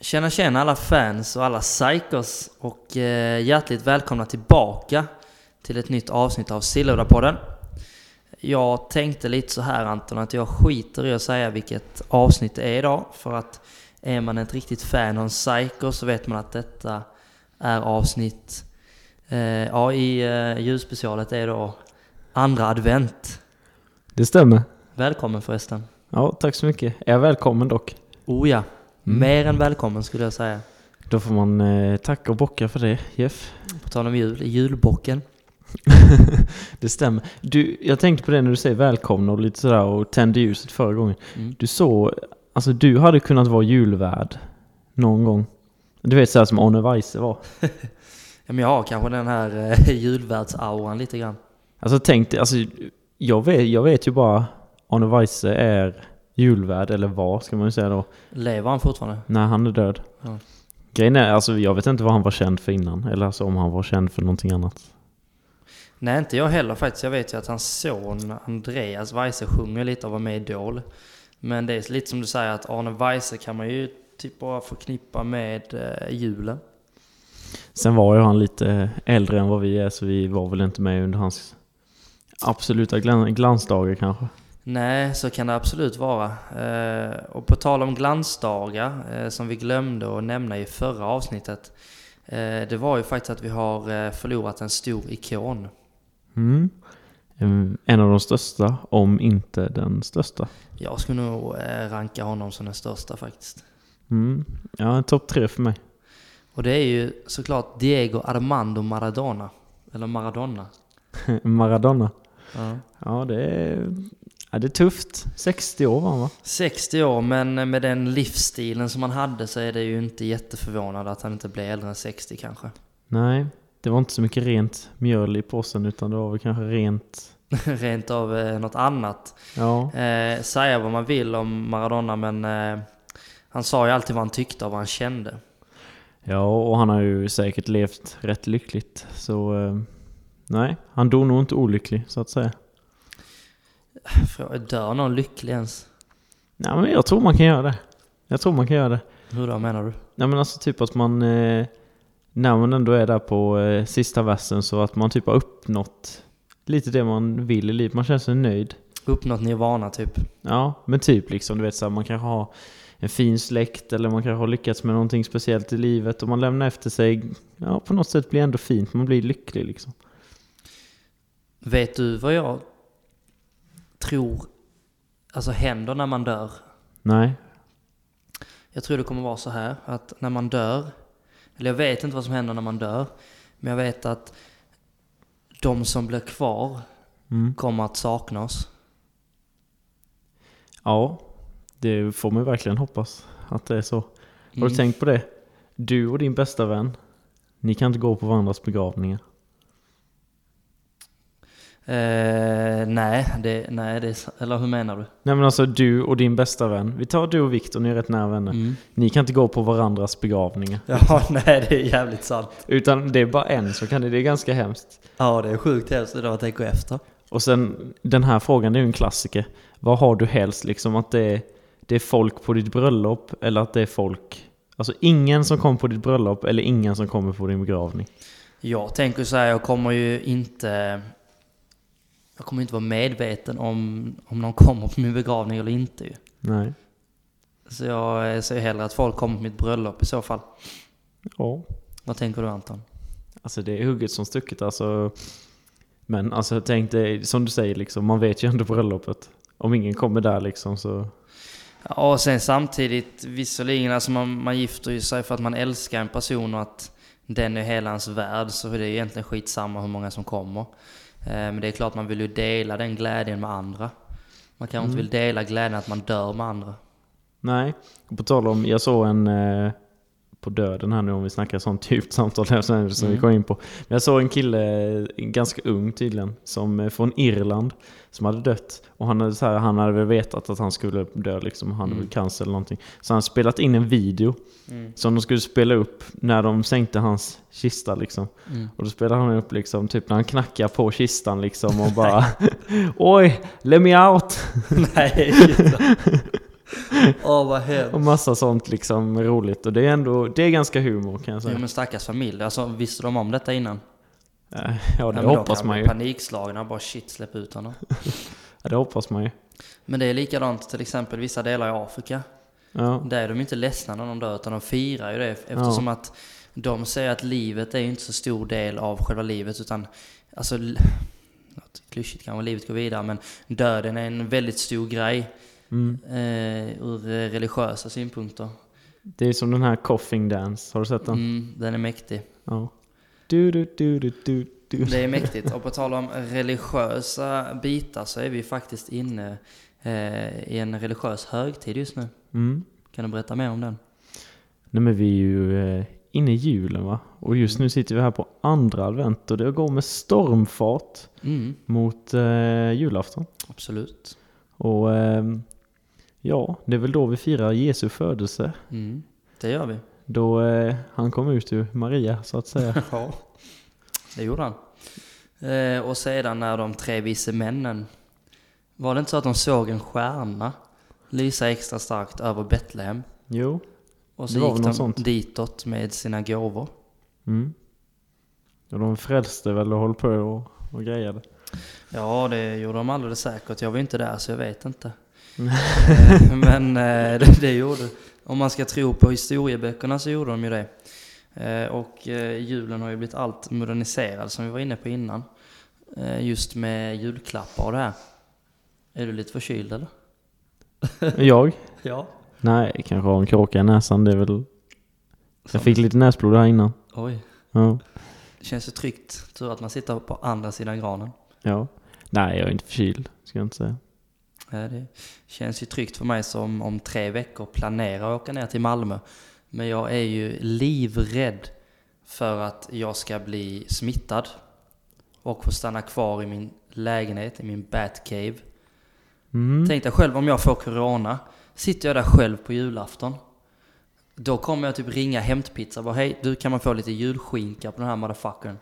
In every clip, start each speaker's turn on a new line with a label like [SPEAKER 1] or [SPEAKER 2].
[SPEAKER 1] Tjena tjena alla fans och alla psykos och eh, hjärtligt välkomna tillbaka till ett nytt avsnitt av Sillhövdapodden. Jag tänkte lite så här Anton att jag skiter i att säga vilket avsnitt det är idag för att är man ett riktigt fan av en psycho så vet man att detta är avsnitt eh, ja i eh, ljusspecialet är då andra advent.
[SPEAKER 2] Det stämmer.
[SPEAKER 1] Välkommen förresten.
[SPEAKER 2] Ja, tack så mycket. Är jag välkommen dock?
[SPEAKER 1] Oh ja,
[SPEAKER 2] Mm.
[SPEAKER 1] mer än välkommen skulle jag säga.
[SPEAKER 2] Då får man eh, tacka och bocka för det, Jeff.
[SPEAKER 1] På tal om jul, julbocken.
[SPEAKER 2] det stämmer. Du, jag tänkte på det när du säger välkomna och lite sådär och tände ljuset förra gången.
[SPEAKER 1] Mm.
[SPEAKER 2] Du såg, alltså du hade kunnat vara julvärd någon gång. Du vet sådär som Arne Weise var.
[SPEAKER 1] Ja, men jag har kanske den här eh, julvärdsauran lite grann.
[SPEAKER 2] Alltså tänk dig, alltså jag vet, jag vet ju bara Arne Weise är julvärd, eller var ska man ju säga då,
[SPEAKER 1] Lever han fortfarande?
[SPEAKER 2] när han är död.
[SPEAKER 1] Ja.
[SPEAKER 2] Grejen är, alltså jag vet inte vad han var känd för innan, eller alltså om han var känd för någonting annat.
[SPEAKER 1] Nej, inte jag heller faktiskt. Jag vet ju att hans son Andreas Weise sjunger lite och var med i Idol. Men det är lite som du säger att Arne Weise kan man ju typ bara förknippa med eh, julen.
[SPEAKER 2] Sen var ju han lite äldre än vad vi är, så vi var väl inte med under hans absoluta glan- glansdagar kanske.
[SPEAKER 1] Nej, så kan det absolut vara. Eh, och på tal om glansdagar, eh, som vi glömde att nämna i förra avsnittet. Eh, det var ju faktiskt att vi har eh, förlorat en stor ikon.
[SPEAKER 2] Mm. Em, Ehm, En av de största, om inte den största.
[SPEAKER 1] Jag skulle nog eh, ranka honom som den största faktiskt.
[SPEAKER 2] Mm. Ja, en topp tre för mig.
[SPEAKER 1] Och det är ju såklart Diego Armando Maradona. Eller Maradona.
[SPEAKER 2] Maradona. Ja, det är, ja, det är tufft. 60 år var han va?
[SPEAKER 1] 60 år, men med den livsstilen som han hade så är det ju inte jätteförvånande att han inte blev äldre än 60 kanske.
[SPEAKER 2] Nej, det var inte så mycket rent mjöl i påsen utan det var väl kanske rent...
[SPEAKER 1] Rent av eh, något annat.
[SPEAKER 2] Ja,
[SPEAKER 1] Eh, säga vad man vill om Maradona, men eh, han sa ju alltid vad han tyckte och vad han kände.
[SPEAKER 2] ja och han har ju säkert levt rätt lyckligt. Så eh, nej, han dog nog inte olycklig så att säga.
[SPEAKER 1] Frå- Dör någon lycklig ens?
[SPEAKER 2] Nej men jag tror man kan göra det. Jag tror man kan göra det.
[SPEAKER 1] Hur då menar du?
[SPEAKER 2] Nej men alltså typ att man... Eh, när man ändå är där på eh, sista versen så att man typ har uppnått lite det man vill i livet. Man känner sig nöjd.
[SPEAKER 1] Uppnått nirvana typ.
[SPEAKER 2] Ja, men typ liksom du vet såhär man kanske har en fin släkt eller man kanske har lyckats med någonting speciellt i livet och man lämnar efter sig, ja på något sätt blir det ändå fint, man blir lycklig liksom.
[SPEAKER 1] Vet du vad jag tror alltså händer när man dör?
[SPEAKER 2] Nej,
[SPEAKER 1] Jag tror det kommer vara så här att när man dör, eller jag vet inte vad som händer när man dör, men jag vet att de som blir kvar
[SPEAKER 2] Mm.
[SPEAKER 1] kommer att sakna oss.
[SPEAKER 2] ja, det får man ju verkligen hoppas att det är så. Har
[SPEAKER 1] Mm.
[SPEAKER 2] du tänkt på det? Du och din bästa vän, ni kan inte gå på varandras begravningar.
[SPEAKER 1] Eh, nej, det, nej det är, s- eller hur menar du?
[SPEAKER 2] Nej men alltså du och din bästa vän, vi tar du och Viktor, ni är rätt nära vänner.
[SPEAKER 1] Mm.
[SPEAKER 2] Ni kan inte gå på varandras begravningar.
[SPEAKER 1] Ja, nej det är jävligt sant.
[SPEAKER 2] Utan det är bara en som kan det, det är ganska hemskt.
[SPEAKER 1] Ja, det är sjukt hemskt när man tänker efter.
[SPEAKER 2] Och sen den här frågan, det är ju en klassiker. Vad har du helst liksom? Att det är, det är folk på ditt bröllop eller att det är folk... Alltså ingen som kommer på ditt bröllop eller ingen som kommer på din begravning.
[SPEAKER 1] Jag tänker så här, jag kommer ju inte... Jag kommer inte vara medveten om, om någon kommer på min begravning eller inte ju.
[SPEAKER 2] Nej.
[SPEAKER 1] Så jag eh, ser hellre att folk kommer på mitt bröllop i så fall.
[SPEAKER 2] Ja.
[SPEAKER 1] Vad tänker du Anton?
[SPEAKER 2] Alltså det är hugget som stucket alltså. Men alltså tänk dig, som du säger liksom, man vet ju ändå bröllopet. Om ingen kommer där liksom så...
[SPEAKER 1] Ja, och sen samtidigt, visserligen, alltså man, man gifter ju sig för att man älskar en person och att den är hela ens värld, så det är egentligen skitsamma hur många som kommer. Eh, Men det är klart man vill ju dela den glädjen med andra. Man kanske inte vill dela glädjen att man dör med andra.
[SPEAKER 2] Nej. Och På tal om, jag såg en eh, på döden här nu om vi snackar sånt djupt samtal här sen som vi kom in på. Men jag såg en kille, eh, ganska ung tydligen, som eh, från Irland som hade dött. Och han hade, så här, han hade väl vetat att han skulle dö liksom, han hade väl cancer eller någonting. Så han hade spelat in en video
[SPEAKER 1] Mm.
[SPEAKER 2] som de skulle spela upp när de sänkte hans kista liksom. Och då spelade han upp liksom, typ när han knackar på kistan liksom och bara Oj, let me out!
[SPEAKER 1] Nej, Åh, vad hemskt.
[SPEAKER 2] Och massa sånt liksom roligt. Och det är ändå, det är ganska humor kan jag
[SPEAKER 1] Jo
[SPEAKER 2] säga.
[SPEAKER 1] men stackars familj, alltså visste de om detta innan?
[SPEAKER 2] Eh, Ja, det
[SPEAKER 1] men de
[SPEAKER 2] hoppas
[SPEAKER 1] kan
[SPEAKER 2] man
[SPEAKER 1] bli
[SPEAKER 2] ju.
[SPEAKER 1] Panikslagna och bara shit, släpp ut honom.
[SPEAKER 2] Ja, det hoppas man ju.
[SPEAKER 1] Men det är likadant till exempel vissa delar i Afrika.
[SPEAKER 2] Ja,
[SPEAKER 1] Där är de ju inte ledsna när de dör, utan de firar ju det. Eftersom att de säger att livet är ju inte så stor del av själva livet, utan alltså... l- något Klyschigt kanske, livet går vidare, men döden är en väldigt stor grej. Eh, ur eh, religiösa synpunkter.
[SPEAKER 2] det är som den här Coughing Dance. Har du sett den?
[SPEAKER 1] Mm, den är mäktig.
[SPEAKER 2] Ja. Du, du, du, du, du, du.
[SPEAKER 1] Det är mäktigt. Och på tal om religiösa bitar så är vi faktiskt inne eh, i en religiös högtid just nu.
[SPEAKER 2] Mm.
[SPEAKER 1] Kan du berätta mer om den?
[SPEAKER 2] Nej men vi är ju eh, inne i julen va? Och just nu sitter vi här på andra advent och det går med stormfart
[SPEAKER 1] Mm,
[SPEAKER 2] mot eh, julafton.
[SPEAKER 1] absolut.
[SPEAKER 2] Och ehm, ja, det är väl då vi firar Jesu födelse.
[SPEAKER 1] Mm, det gör vi.
[SPEAKER 2] Då eh, han kom ut ur Maria så att säga.
[SPEAKER 1] Ja. Det gjorde han. Eh, och sedan när de tre vise männen... Var det inte så att de såg en stjärna lysa extra starkt över Betlehem?
[SPEAKER 2] Jo.
[SPEAKER 1] Och
[SPEAKER 2] Det
[SPEAKER 1] så
[SPEAKER 2] var väl
[SPEAKER 1] gick de
[SPEAKER 2] något sånt.
[SPEAKER 1] ditåt med sina gåvor.
[SPEAKER 2] Mm. Och de frälste väl och höll på och, och grejade.
[SPEAKER 1] Ja, det gjorde de alldeles säkert. Jag var ju inte där så jag vet inte. Eh, Men eh, det, det gjorde Om man ska tro på historieböckerna så gjorde de ju det. Eh, Och eh, julen har ju blivit allt moderniserad som vi var inne på innan. Eh, Just med julklappar och det här. Är du lite förkyld eller?
[SPEAKER 2] Jag?
[SPEAKER 1] Ja.
[SPEAKER 2] Nej, kanske har en kråka i näsan. Det är väl... Jag fick lite näsblod här innan.
[SPEAKER 1] Oj.
[SPEAKER 2] Ja.
[SPEAKER 1] Det känns ju tryggt. Tur att man sitter på andra sidan granen.
[SPEAKER 2] ja. Nej, jag är inte förkyld. Ska jag inte säga.
[SPEAKER 1] Ja, det känns ju tryggt för mig som om tre veckor planerar att åka ner till Malmö. Men jag är ju livrädd för att jag ska bli smittad och få stanna kvar i min lägenhet, i min batcave.
[SPEAKER 2] Mm.
[SPEAKER 1] Tänk dig själv om jag får corona, sitter jag där själv på julafton. Då kommer jag typ ringa hämtpizza och bara hej, du kan man få lite julskinka på den här motherfuckern?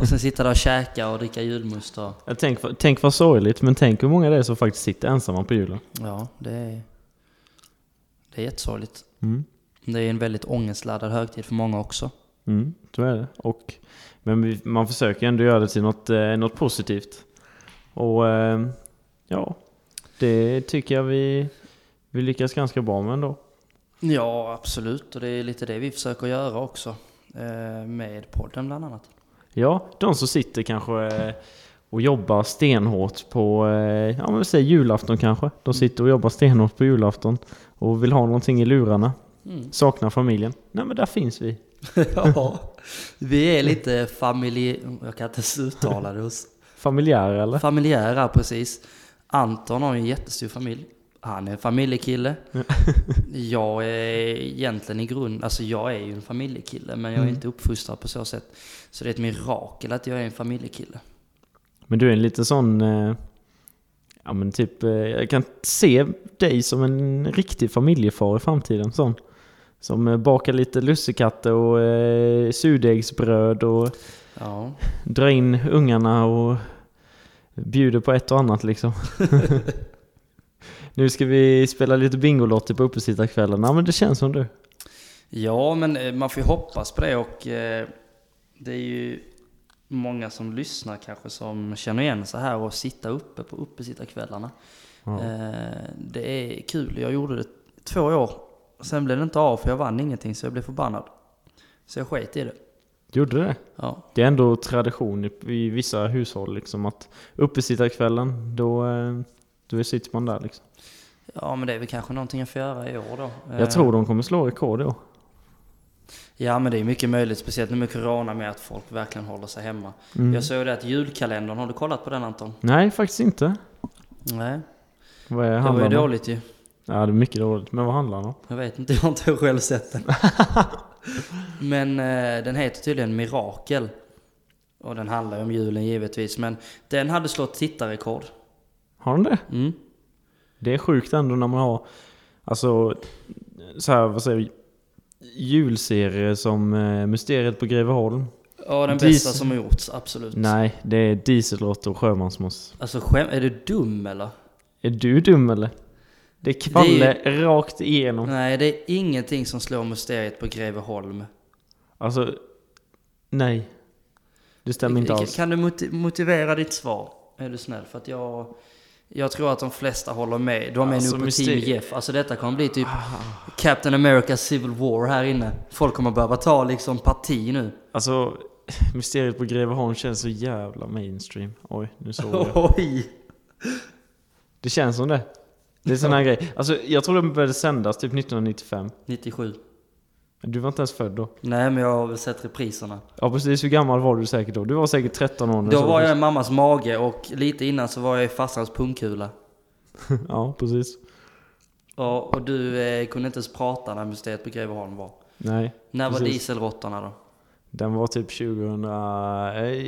[SPEAKER 1] och sen sitta där och käka och dricka julmust och...
[SPEAKER 2] Jag tänk, vad- tänk vad sorgligt, men tänk hur många det är som faktiskt sitter ensamma på julen.
[SPEAKER 1] Ja, det är, det är jättesorgligt.
[SPEAKER 2] Mm.
[SPEAKER 1] Det är en väldigt ångestladdad högtid för många också.
[SPEAKER 2] Mm, så är det. Och, men vi, man försöker ju ändå göra det till något, eh, något positivt. Och eh, ja, det tycker jag vi, vi lyckas ganska bra med ändå.
[SPEAKER 1] Ja, absolut. Och det är lite det vi försöker göra också. eh, Med podden bland annat.
[SPEAKER 2] Ja, de som sitter kanske eh, och jobbar stenhårt på, eh, ja men säg julafton kanske. De sitter och jobbar stenhårt på julafton och vill ha någonting i lurarna. Saknar familjen. Nej men där finns vi.
[SPEAKER 1] ja, vi är lite familj... Jag kan inte ens uttala det. Hos.
[SPEAKER 2] Familjära eller?
[SPEAKER 1] Familjära, precis. Anton har ju en jättestor familj. Han är en familjekille. jag är egentligen i grund, alltså jag är ju en familjekille men jag är inte uppfostrad på så sätt. Så det är ett mirakel att jag är en familjekille.
[SPEAKER 2] Men du är en lite sån... eh, Ja men typ, eh, jag kan se dig som en riktig familjefar i framtiden. Sån. Som eh, bakar lite lussekatter och eh, surdegsbröd och
[SPEAKER 1] Ja,
[SPEAKER 2] drar in ungarna och bjuder på ett och annat liksom. nu ska vi spela lite Bingolotter på uppesittarkvällen. Ja men det känns som du.
[SPEAKER 1] ja men eh, man får ju hoppas på det och eh, det är ju många som lyssnar kanske som känner igen så här och sitta uppe på uppesittarkvällarna.
[SPEAKER 2] Ja.
[SPEAKER 1] Eh, det är kul. Jag gjorde det två år. Sen blev det inte av för jag vann ingenting så jag blev förbannad. Så jag sket i det.
[SPEAKER 2] Gjorde det?
[SPEAKER 1] Ja,
[SPEAKER 2] Det är ändå tradition i, i vissa hushåll liksom att uppesittarkvällen, då, eh, då sitter man där liksom.
[SPEAKER 1] ja men det är väl kanske någonting jag får göra i år då. Eh,
[SPEAKER 2] Jag tror de kommer slå rekord då.
[SPEAKER 1] Ja men det är mycket möjligt, speciellt nu med corona med att folk verkligen håller sig hemma.
[SPEAKER 2] Mm.
[SPEAKER 1] Jag såg det att julkalendern, har du kollat på den Anton?
[SPEAKER 2] Nej, faktiskt inte.
[SPEAKER 1] Nej,
[SPEAKER 2] Vad är
[SPEAKER 1] det var ju
[SPEAKER 2] handlar om?
[SPEAKER 1] dåligt ju.
[SPEAKER 2] Ja, det är mycket dåligt. Men vad handlar den om?
[SPEAKER 1] Jag vet inte, jag har inte själv sett den. men eh, den heter tydligen Mirakel. Och den handlar ju om julen givetvis. Men den hade slått tittarrekord.
[SPEAKER 2] Har den det?
[SPEAKER 1] Mm.
[SPEAKER 2] Det är sjukt ändå när man har, alltså, så här, vad säger vi? Julserier som eh, Mysteriet på Greveholm.
[SPEAKER 1] Ja, den
[SPEAKER 2] Diesel-
[SPEAKER 1] bästa som har gjorts, absolut.
[SPEAKER 2] Nej, det är Dieselråttor och Sjömansmoss.
[SPEAKER 1] Alltså skäm, är du dum eller?
[SPEAKER 2] Är du dum eller? Det är kvalle rakt igenom.
[SPEAKER 1] Nej, det är ingenting som slår mysteriet på Greveholm.
[SPEAKER 2] Alltså, nej. Det stämmer inte alls.
[SPEAKER 1] Kan du moti- motivera ditt svar? Är du snäll? För att jag... Jag tror att de flesta håller med. De är
[SPEAKER 2] Alltså,
[SPEAKER 1] nog på Team
[SPEAKER 2] mysteri-
[SPEAKER 1] Jeff. Alltså detta kommer bli typ Captain America Civil War här inne. Folk kommer behöva ta liksom parti nu.
[SPEAKER 2] Alltså, Mysteriet på Greveholm känns så jävla mainstream. Oj, nu såg jag.
[SPEAKER 1] Oj!
[SPEAKER 2] Det känns som det. Det är sån här grej. Alltså, jag tror den började sändas typ 1995.
[SPEAKER 1] 97.
[SPEAKER 2] Du var inte ens född då.
[SPEAKER 1] Nej, men jag har väl sett repriserna.
[SPEAKER 2] Ja precis, hur gammal var du säkert då? Du var säkert 13 år när
[SPEAKER 1] Då
[SPEAKER 2] du
[SPEAKER 1] var
[SPEAKER 2] såg
[SPEAKER 1] jag i mammas mage och lite innan så var jag i farsans pungkula.
[SPEAKER 2] den. Ja, precis.
[SPEAKER 1] Ja, och du eh, kunde inte ens prata när museet på Greveholm var.
[SPEAKER 2] Nej,
[SPEAKER 1] När var
[SPEAKER 2] Precis.
[SPEAKER 1] dieselråttorna då?
[SPEAKER 2] den var typ 2000... eh,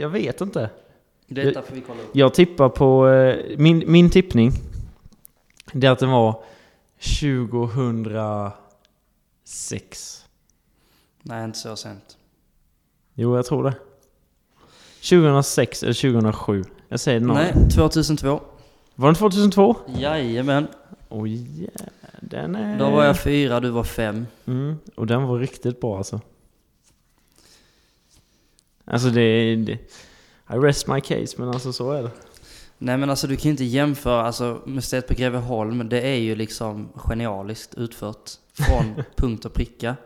[SPEAKER 2] Jag vet inte.
[SPEAKER 1] Detta får vi kolla upp.
[SPEAKER 2] Jag tippar på... eh, Min, min tippning, det är att den var 2006.
[SPEAKER 1] Nej, inte så sent.
[SPEAKER 2] Jo, jag tror det. 2006 eller 2007. Jag säger någon.
[SPEAKER 1] Nej, 2002.
[SPEAKER 2] Var den 2002?
[SPEAKER 1] Jajamän.
[SPEAKER 2] Oj, yeah. den är...
[SPEAKER 1] Då var jag fyra, du var fem.
[SPEAKER 2] Mm, och den var riktigt bra alltså. Alltså det, det... I rest my case, men alltså så är det.
[SPEAKER 1] Nej men alltså du kan ju inte jämföra, alltså museet på Greveholm, det är ju liksom genialiskt utfört. Från punkt och pricka.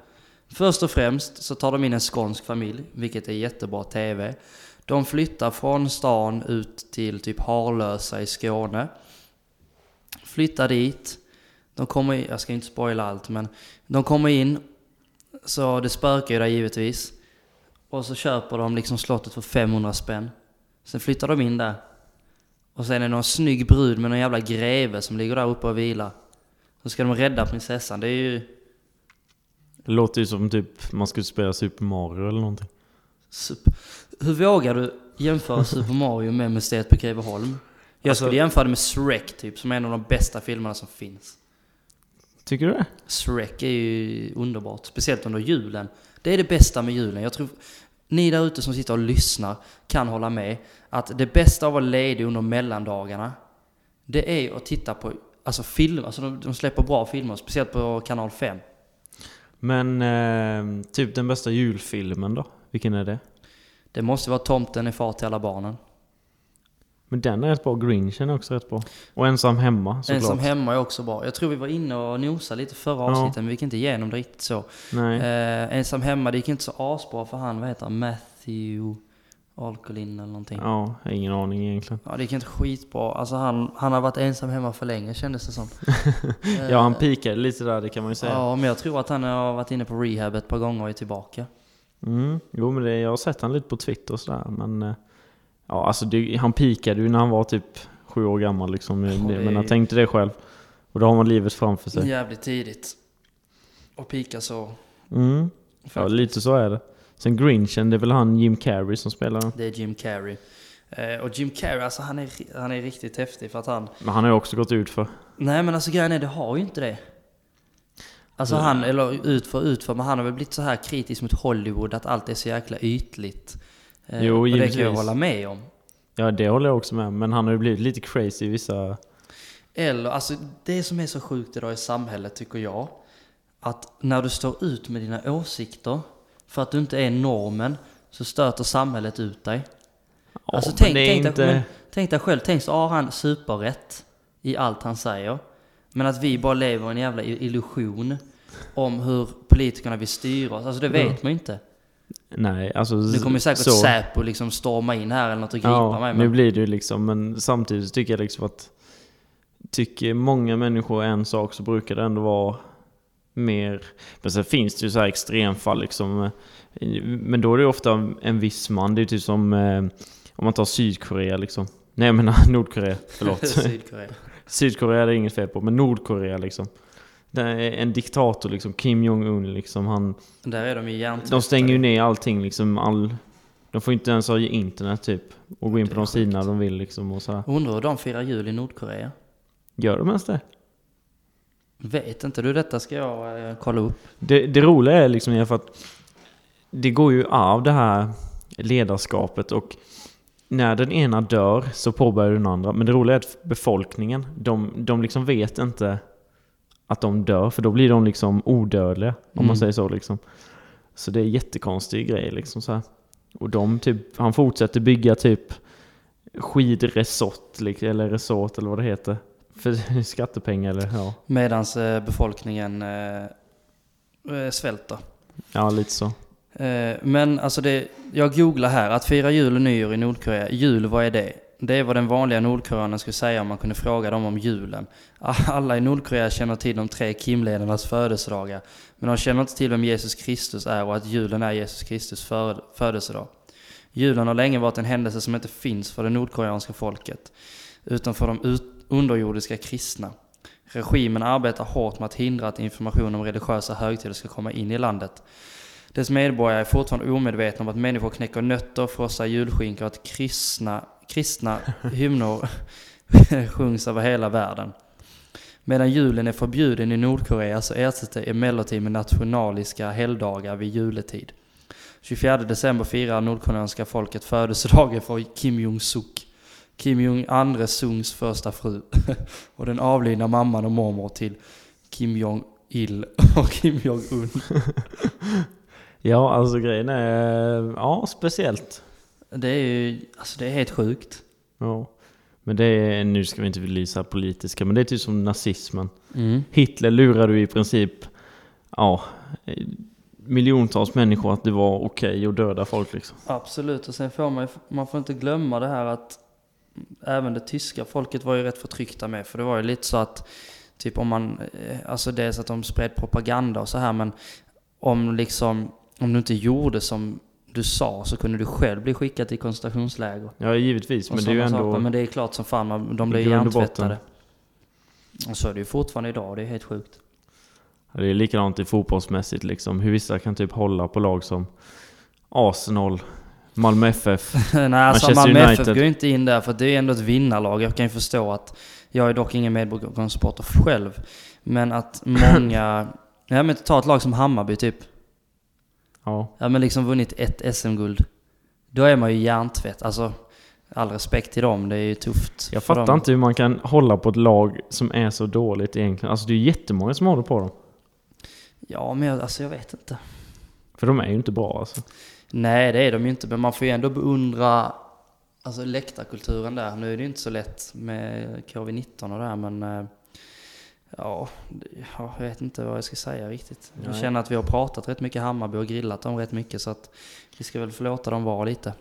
[SPEAKER 1] Först och främst så tar de in en skånsk familj, vilket är jättebra TV. De flyttar från stan ut till typ Harlösa i Skåne. Flyttar dit. De kommer in, jag ska inte spoila allt men, de kommer in, så det spökar ju där givetvis. Och så köper de liksom slottet för 500 spänn. Sen flyttar de in där. Och sen är det någon snygg brud med någon jävla greve som ligger där uppe och vilar. Så ska de rädda prinsessan. Det är ju
[SPEAKER 2] Det låter ju som typ man skulle spela Super Mario eller någonting.
[SPEAKER 1] Super. Hur vågar du jämföra Super Mario med Museet på Greveholm? Jag
[SPEAKER 2] Alltså-
[SPEAKER 1] skulle jämföra det med Shrek typ, som är en av de bästa filmerna som finns.
[SPEAKER 2] Tycker du det?
[SPEAKER 1] Shrek är ju underbart, speciellt under julen. Det är det bästa med julen. Jag tror ni där ute som sitter och lyssnar kan hålla med att det bästa av att vara ledig under mellandagarna, det är att titta på alltså film, alltså de, de släpper bra filmer, speciellt på kanal 5.
[SPEAKER 2] Men eh, typ den bästa julfilmen då? Vilken är det?
[SPEAKER 1] Det måste vara Tomten är far till alla barnen.
[SPEAKER 2] Men den är rätt bra. Grinchen är också rätt bra. Och Ensam Hemma såklart.
[SPEAKER 1] Ensam hemma är också bra. Jag tror vi var inne och nosade lite förra avsnittet, men vi gick inte igenom det riktigt så.
[SPEAKER 2] Nej.
[SPEAKER 1] Eh, ensam hemma, det gick inte så asbra för han, vad heter han, Matthew Alcolin eller någonting. Ja.
[SPEAKER 2] Ja, jag har ingen aning egentligen.
[SPEAKER 1] det gick inte skitbra. Alltså han, han har varit ensam hemma för länge kändes det som. Eh,
[SPEAKER 2] Ja, han pikade lite där, det kan man ju säga.
[SPEAKER 1] Äh. Ja, men jag tror att han har varit inne på rehab ett par gånger och är tillbaka.
[SPEAKER 2] Mm. Jo, men det, jag har sett han lite på Twitter och sådär. Men eh, ja, alltså det, han pikade ju när han var typ sju år gammal. Liksom,
[SPEAKER 1] Ja,
[SPEAKER 2] det,
[SPEAKER 1] det
[SPEAKER 2] men
[SPEAKER 1] är
[SPEAKER 2] han
[SPEAKER 1] ju-
[SPEAKER 2] tänkte det själv. Och då har man livet framför sig.
[SPEAKER 1] Jävligt tidigt. Och pika så.
[SPEAKER 2] Mm. Ja, lite så är det. Sen Grinchen, det är väl han Jim Carrey som spelar den.
[SPEAKER 1] Det är Jim Carrey. Eh, och Jim Carrey, alltså han är, han är riktigt häftig för att han,
[SPEAKER 2] Men han har ju också gått ut för.
[SPEAKER 1] Nej men alltså grejen är, det har ju inte det. Alltså han,
[SPEAKER 2] Mm.
[SPEAKER 1] eller utför, utför, men han har väl blivit så här kritisk mot Hollywood att allt är så jäkla ytligt. Eh,
[SPEAKER 2] Jo,
[SPEAKER 1] och det kan jag
[SPEAKER 2] givetvis.
[SPEAKER 1] hålla med om.
[SPEAKER 2] Ja, det håller jag också med om, Men han har ju blivit lite crazy i vissa...
[SPEAKER 1] Eller, alltså det som är så sjukt idag i samhället tycker jag, att när du står ut med dina åsikter, för att du inte är normen, så stöter samhället ut dig.
[SPEAKER 2] Ja,
[SPEAKER 1] alltså
[SPEAKER 2] men
[SPEAKER 1] tänk,
[SPEAKER 2] det är
[SPEAKER 1] tänk,
[SPEAKER 2] inte...
[SPEAKER 1] dig, men, tänk dig själv, tänk så har han superrätt i allt han säger. Men att vi bara lever i en jävla i- illusion om hur politikerna vill styra oss. Alltså det vet
[SPEAKER 2] Ja.
[SPEAKER 1] man ju inte.
[SPEAKER 2] Nej, alltså...
[SPEAKER 1] Nu kommer ju säkert
[SPEAKER 2] Mm. så.
[SPEAKER 1] Säpo liksom storma in här eller något och gripa mig.
[SPEAKER 2] Ja, nu
[SPEAKER 1] Men
[SPEAKER 2] blir det ju liksom, men samtidigt tycker jag liksom att tycker många människor en sak så brukar det ändå vara mer, men sen finns det ju så här extremfall liksom, eh, men då är det ju ofta en viss man, det är ju typ som eh, om man tar Sydkorea liksom. Nej jag menar Nordkorea, förlåt.
[SPEAKER 1] Sydkorea.
[SPEAKER 2] Sydkorea det är inget fel på, men Nordkorea liksom. Det är en diktator liksom, Kim Jong-Un liksom, han...
[SPEAKER 1] Där är de ju hjärntvättade.
[SPEAKER 2] De stänger ju ner allting liksom, all... De får inte ens ha internet typ. Och gå in
[SPEAKER 1] Det
[SPEAKER 2] på
[SPEAKER 1] är
[SPEAKER 2] de
[SPEAKER 1] sjukt.
[SPEAKER 2] sidorna de vill liksom och sådär.
[SPEAKER 1] Undrar hur de firar jul i Nordkorea?
[SPEAKER 2] Gör de ens det?
[SPEAKER 1] Vet inte du detta ska jag eh, kolla upp.
[SPEAKER 2] Det, det roliga är liksom i alla fall att det går ju av det här ledarskapet och när den ena dör så påbörjar den andra. Men det roliga är att befolkningen, de, de liksom vet inte att de dör för då blir de liksom odödliga om
[SPEAKER 1] Mm.
[SPEAKER 2] man säger så liksom. Så det är jättekonstig grej liksom så här. Och de typ, han fortsätter bygga typ skidresort liksom, eller resort eller vad det heter. För skattepengar eller ja,
[SPEAKER 1] Medan befolkningen eh, eh, svälter.
[SPEAKER 2] ja lite så.
[SPEAKER 1] Eh, Men alltså det, jag googlar här, att fira jul och nyår i Nordkorea. Jul, vad är det? Det är vad den vanliga nordkoreanen skulle säga om man kunde fråga dem om julen. Ah, Alla i Nordkorea känner till de tre Kimledarnas födelsedagar. Men de känner inte till vem Jesus Kristus är och att julen är Jesus Kristus föd- födelsedag. Julen har länge varit en händelse som inte finns för det nordkoreanska folket, utan för de ut- underjordiska kristna. Regimen arbetar hårt med att hindra att information om religiösa högtider ska komma in i landet. Dess medborgare är fortfarande omedvetna om att människor knäcker nötter, frossar julskinka och att kristna, kristna hymner sjungs över hela världen. Medan julen är förbjuden i Nordkorea så ersätts det emellertid med nationaliska helgdagar vid juletid. 24 december firar nordkoreanska folket födelsedagen för Kim Jong-Suk, Kim Jong-andre Sungs första fru och den avlidna mamman och mormor till Kim Jong-Il och Kim Jong-Un.
[SPEAKER 2] Ja, alltså grejen är... Ja, speciellt.
[SPEAKER 1] Det är ju, alltså det är helt sjukt.
[SPEAKER 2] Ja. Men det är, nu ska vi inte belysa politiska, men det är typ som nazismen.
[SPEAKER 1] Mm.
[SPEAKER 2] Hitler lurade ju i princip ja, eh, miljontals människor att det var okej att döda folk liksom.
[SPEAKER 1] Absolut, och sen får man ju- man får inte glömma det här att även det tyska folket var ju rätt förtryckta med, för det var ju lite så att typ om man, eh, alltså dels att de spred propaganda och så här, men om liksom, om du inte gjorde som du sa så kunde du själv bli skickad till koncentrationsläger.
[SPEAKER 2] Ja, givetvis,
[SPEAKER 1] Och
[SPEAKER 2] men det är ju
[SPEAKER 1] sådana
[SPEAKER 2] ändå...
[SPEAKER 1] saker. Men det är klart som fan, man- de blev
[SPEAKER 2] I grund och
[SPEAKER 1] hjärntvättade. Och så är det ju fortfarande idag, och det är helt sjukt.
[SPEAKER 2] Ja, Det är likadant i fotbollsmässigt liksom. Hur vissa kan typ hålla på lag som Arsenal, Malmö FF.
[SPEAKER 1] Nej, alltså
[SPEAKER 2] Manchester
[SPEAKER 1] Malmö FF
[SPEAKER 2] United.
[SPEAKER 1] går ju inte in där för det är ändå ett vinnarlag. Jag kan ju förstå att jag är dock ingen medborgarsupporter själv. Men att många... Ja men ta ett lag som Hammarby typ.
[SPEAKER 2] Ja,
[SPEAKER 1] Ja men liksom vunnit ett SM-guld. Då är man ju hjärntvätt. Alltså, all respekt till dem. Det är ju tufft.
[SPEAKER 2] jag
[SPEAKER 1] för
[SPEAKER 2] fattar
[SPEAKER 1] dem.
[SPEAKER 2] inte hur man kan hålla på ett lag som är så dåligt egentligen. Alltså det är ju jättemånga som håller på dem.
[SPEAKER 1] Ja men jag, alltså jag vet inte.
[SPEAKER 2] För de är ju inte bra alltså.
[SPEAKER 1] Nej, det är de ju inte, men man får ju ändå beundra alltså, läktarkulturen där. Nu är det ju inte så lätt med KV-19 och det här, men eh, ja, det- ja, jag vet inte vad jag ska säga riktigt. Jag
[SPEAKER 2] Nej.
[SPEAKER 1] känner att vi har pratat rätt mycket Hammarby och grillat dem rätt mycket, så att vi ska väl förlåta dem vara lite.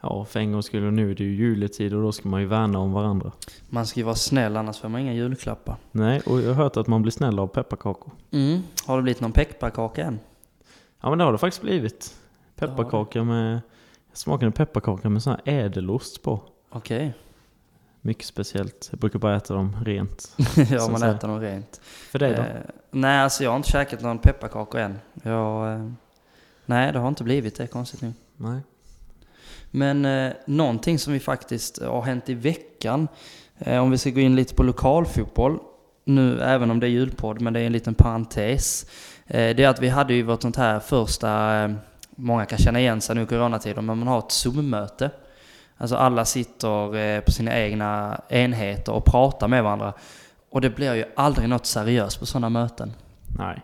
[SPEAKER 2] Ja, för en gångs skull. Och nu är det ju juletid och då ska man ju värna om varandra.
[SPEAKER 1] Man ska ju vara snäll, annars får man inga julklappar.
[SPEAKER 2] Nej, och jag har hört att man blir snäll av pepparkakor.
[SPEAKER 1] Mm. Har det blivit någon pepparkaka än?
[SPEAKER 2] Ja, men det har det faktiskt blivit.
[SPEAKER 1] Det har det.
[SPEAKER 2] Pepparkaka med... Jag smakade pepparkaka med sån här ädelost på.
[SPEAKER 1] Okej,
[SPEAKER 2] Mycket speciellt. Jag brukar bara äta dem rent.
[SPEAKER 1] ja
[SPEAKER 2] Så
[SPEAKER 1] man
[SPEAKER 2] säger.
[SPEAKER 1] äter dem rent.
[SPEAKER 2] För dig då?
[SPEAKER 1] Eh, nej, alltså jag har inte käkat någon pepparkaka än. Jag, eh, nej, det har inte blivit det, konstigt nog.
[SPEAKER 2] Nej.
[SPEAKER 1] Men eh, någonting som vi faktiskt eh, har hänt i veckan, eh, om vi ska gå in lite på lokalfotboll, nu även om det är julpodd, men det är en liten parentes. Eh, det är att vi hade ju vårt sånt här första, eh, många kan känna igen sig nu i coronatiden, men man har ett Zoom-möte. Alltså alla sitter eh, på sina egna enheter och pratar med varandra. Och det blir ju aldrig något seriöst på sådana möten.
[SPEAKER 2] Nej.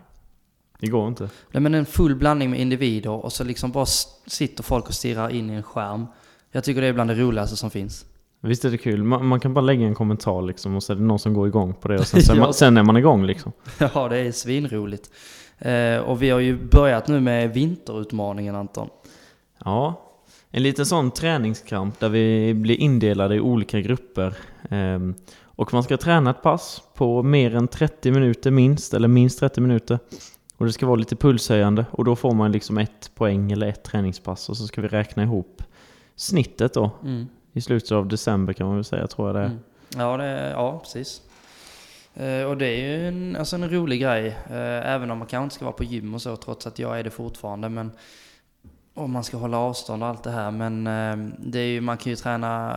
[SPEAKER 2] Det går inte.
[SPEAKER 1] Nej, men en full blandning med individer och så liksom bara s- sitter folk och stirrar in i en skärm. Jag tycker det är bland det roligaste som finns.
[SPEAKER 2] Visst är det kul? Man, man kan bara lägga en kommentar liksom och så är det någon som går igång på det och sen, sen,
[SPEAKER 1] Ja.
[SPEAKER 2] man, sen är man igång liksom.
[SPEAKER 1] ja, det är svinroligt. Eh, och vi har ju börjat nu med vinterutmaningen Anton.
[SPEAKER 2] Ja, en liten sån träningskamp där vi blir indelade i olika grupper. Ehm, Och man ska träna ett pass på mer än 30 minuter minst, eller minst 30 minuter. Och det ska vara lite pulshöjande och då får man liksom ett poäng eller ett träningspass och så ska vi räkna ihop snittet då.
[SPEAKER 1] Mm.
[SPEAKER 2] I slutet av december kan man väl säga tror jag det är.
[SPEAKER 1] Mm. Ja, det, ja precis. Eh, och det är ju en, alltså en rolig grej. Eh, även om man kanske inte ska vara på gym och så, trots att jag är det fortfarande. Men om man ska hålla avstånd och allt det här. Men eh, det är ju, man kan ju träna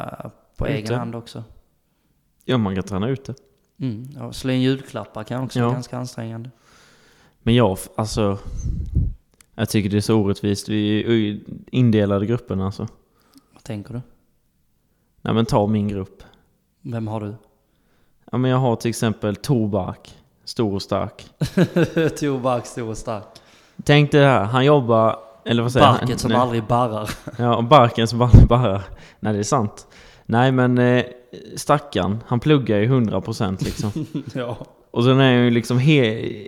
[SPEAKER 1] på
[SPEAKER 2] Ute.
[SPEAKER 1] egen hand också.
[SPEAKER 2] Ja, man kan träna ute.
[SPEAKER 1] Mm. Och slå in julklappar kan också vara
[SPEAKER 2] Ja.
[SPEAKER 1] ganska ansträngande.
[SPEAKER 2] Men jag, alltså... Jag tycker det är så orättvist. Vi är ju indelade i grupperna alltså.
[SPEAKER 1] Vad tänker du?
[SPEAKER 2] Nej men ta min grupp.
[SPEAKER 1] Vem har du?
[SPEAKER 2] Ja men jag har till exempel Tobak. Stor och stark.
[SPEAKER 1] Tobak, stor och stark.
[SPEAKER 2] Tänk dig det här, han jobbar... Eller vad säger han?
[SPEAKER 1] Barket som
[SPEAKER 2] Nej.
[SPEAKER 1] aldrig barrar.
[SPEAKER 2] Ja, och barken som aldrig barrar. Nej, det är sant. Nej, men eh, stackarn, han pluggar ju 100% liksom.
[SPEAKER 1] ja.
[SPEAKER 2] Och sen är han ju liksom he-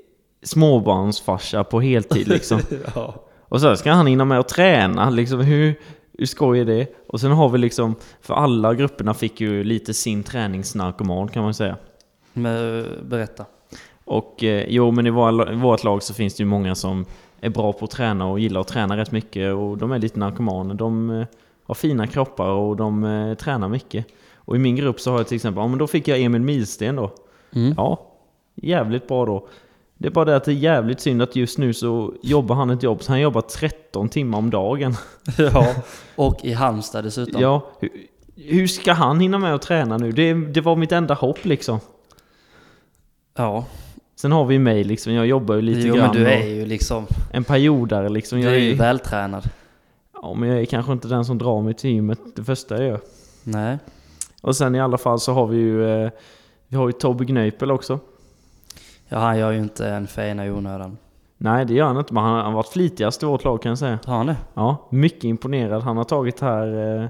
[SPEAKER 2] småbarnsfarsa på heltid liksom.
[SPEAKER 1] ja.
[SPEAKER 2] Och sen ska han hinna med att träna, liksom hur, hur skoj är det? Och sen har vi liksom, för alla grupperna fick ju lite sin träningsnarkoman kan man säga.
[SPEAKER 1] Men eh, berätta.
[SPEAKER 2] Och eh, jo, men i vår, vårt lag så finns det ju många som är bra på att träna och gillar att träna rätt mycket och de är lite narkomaner. De eh, har fina kroppar och de eh, tränar mycket. Och i min grupp så har jag till exempel, ja men då fick jag Emil Milsten då.
[SPEAKER 1] Mm.
[SPEAKER 2] Ja, jävligt bra då. Det är bara det att det är jävligt synd att just nu så jobbar han ett jobb, så han jobbar 13 timmar om dagen.
[SPEAKER 1] ja. Och i Halmstad dessutom.
[SPEAKER 2] Ja, hur, hur ska han hinna med att träna nu? Det, det var mitt enda hopp liksom.
[SPEAKER 1] ja.
[SPEAKER 2] Sen har vi mig liksom, jag jobbar ju lite
[SPEAKER 1] jo,
[SPEAKER 2] grann.
[SPEAKER 1] men du
[SPEAKER 2] och-
[SPEAKER 1] är ju liksom,
[SPEAKER 2] En periodare liksom.
[SPEAKER 1] du
[SPEAKER 2] Jag
[SPEAKER 1] är ju
[SPEAKER 2] är,
[SPEAKER 1] vältränad.
[SPEAKER 2] ja, men jag är kanske inte den som drar mig till gymmet det första jag gör.
[SPEAKER 1] Nej.
[SPEAKER 2] Och sen i alla fall så har vi ju, eh, vi har ju Tobbe Gnöipel också.
[SPEAKER 1] Ja, han gör ju inte en fena i onödan.
[SPEAKER 2] Nej det gör han inte, men han han har varit flitigast i vårt lag kan jag säga.
[SPEAKER 1] Har han det?
[SPEAKER 2] Ja, mycket imponerad. Han har tagit det här eh,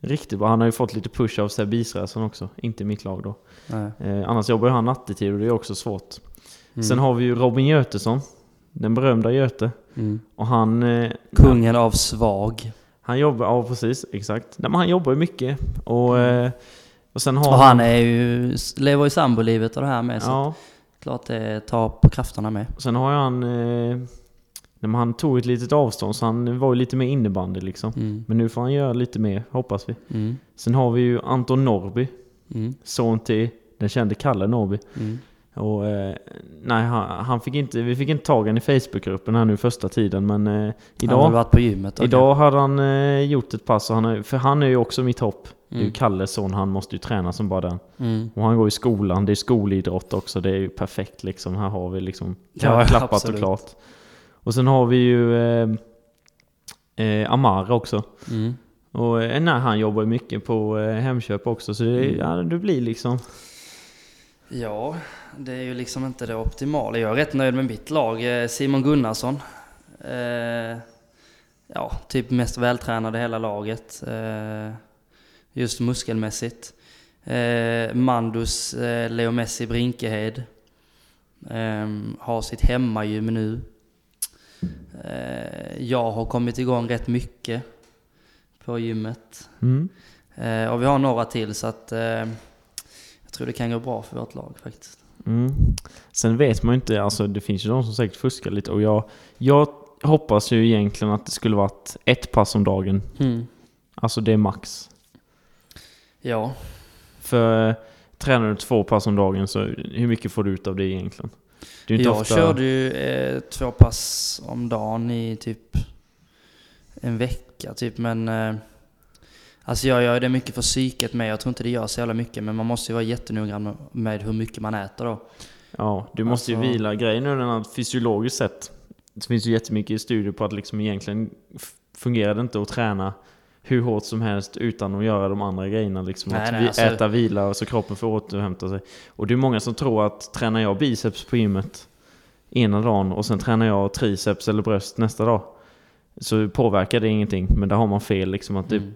[SPEAKER 2] riktigt bra. Han har ju fått lite push av Sebbe Israelsson också. Inte mitt lag då.
[SPEAKER 1] Nej.
[SPEAKER 2] Eh, annars jobbar ju han nattetid och det är också svårt.
[SPEAKER 1] Mm.
[SPEAKER 2] Sen har vi ju Robin Götesson. Den berömda Göte.
[SPEAKER 1] Mm.
[SPEAKER 2] Och han... eh,
[SPEAKER 1] Kungen av svag.
[SPEAKER 2] Han jobbar, ja precis, exakt. Nej, men han jobbar ju mycket. Och, eh, och sen har
[SPEAKER 1] Och han är ju, lever ju sambolivet och det här med. Så
[SPEAKER 2] Ja,
[SPEAKER 1] klart det tar på krafterna med.
[SPEAKER 2] och sen har ju han... Eh, nej, men han tog ett litet avstånd så han var ju lite mer innebandy liksom.
[SPEAKER 1] Mm.
[SPEAKER 2] Men nu får han göra lite mer, hoppas vi.
[SPEAKER 1] Mm.
[SPEAKER 2] Sen har vi ju Anton Norby,
[SPEAKER 1] Mm.
[SPEAKER 2] son till den kände Kalle Norby.
[SPEAKER 1] Mm.
[SPEAKER 2] Och, eh, nej, han, han fick inte, vi fick inte tag i honom i Facebookgruppen här nu första tiden men eh,
[SPEAKER 1] Han har
[SPEAKER 2] idag,
[SPEAKER 1] väl varit på gymmet? då,
[SPEAKER 2] idag hade han eh, gjort ett pass. Och han, har- för han är ju också mitt hopp. Det är ju
[SPEAKER 1] Mm.
[SPEAKER 2] Kalles son, han måste ju träna som bara den.
[SPEAKER 1] kanske. Mm.
[SPEAKER 2] Och han går i skolan, det är skolidrott också, det är ju perfekt liksom. Här har vi liksom
[SPEAKER 1] Ja,
[SPEAKER 2] klappat
[SPEAKER 1] absolut.
[SPEAKER 2] och klart. Och sen har vi ju eh, eh, Amara också.
[SPEAKER 1] Mm.
[SPEAKER 2] Och eh, nej, han jobbar ju mycket på eh, Hemköp också, så det,
[SPEAKER 1] Mm.
[SPEAKER 2] ja, det blir liksom...
[SPEAKER 1] Ja, det är ju liksom inte det optimala. Jag är rätt nöjd med mitt lag. Eh, Simon Gunnarsson. Eh, ja, typ mest vältränade i hela laget. Eh, just muskelmässigt. Eh, Mandus eh, Leo Messi Brinkehed. Eh, har sitt hemmagym nu. Eh, jag har kommit igång rätt mycket på gymmet.
[SPEAKER 2] Mm.
[SPEAKER 1] Eh, och vi har några till så att eh, jag tror det kan gå bra för vårt lag faktiskt.
[SPEAKER 2] Mm. Sen vet man ju inte, alltså det finns ju de som säkert fuskar lite och jag, jag hoppas ju egentligen att det skulle varit ett pass om dagen. Alltså det är max.
[SPEAKER 1] Ja,
[SPEAKER 2] För eh, tränar du två pass om dagen så hur mycket får du ut av det egentligen? Det är ju inte
[SPEAKER 1] jag
[SPEAKER 2] ofta-
[SPEAKER 1] körde ju eh, två pass om dagen i typ en vecka typ men eh, Alltså jag gör det mycket för psyket med, jag tror inte det gör så jävla mycket men man måste ju vara jättenoggrann med- med hur mycket man äter då.
[SPEAKER 2] Ja, du måste ju
[SPEAKER 1] Alltså-
[SPEAKER 2] vila. Grejen är den att fysiologiskt sett så finns det ju jättemycket studier på att liksom egentligen f- fungerar det inte att träna hur hårt som helst utan att göra de andra grejerna. Liksom
[SPEAKER 1] Nej,
[SPEAKER 2] att
[SPEAKER 1] nej,
[SPEAKER 2] vi
[SPEAKER 1] alltså-
[SPEAKER 2] äta, vila så kroppen får återhämta sig. Och det är många som tror att tränar jag biceps på gymmet ena dagen och sen tränar jag triceps eller bröst nästa dag så påverkar det ingenting. Men där har man fel liksom att det
[SPEAKER 1] Mm.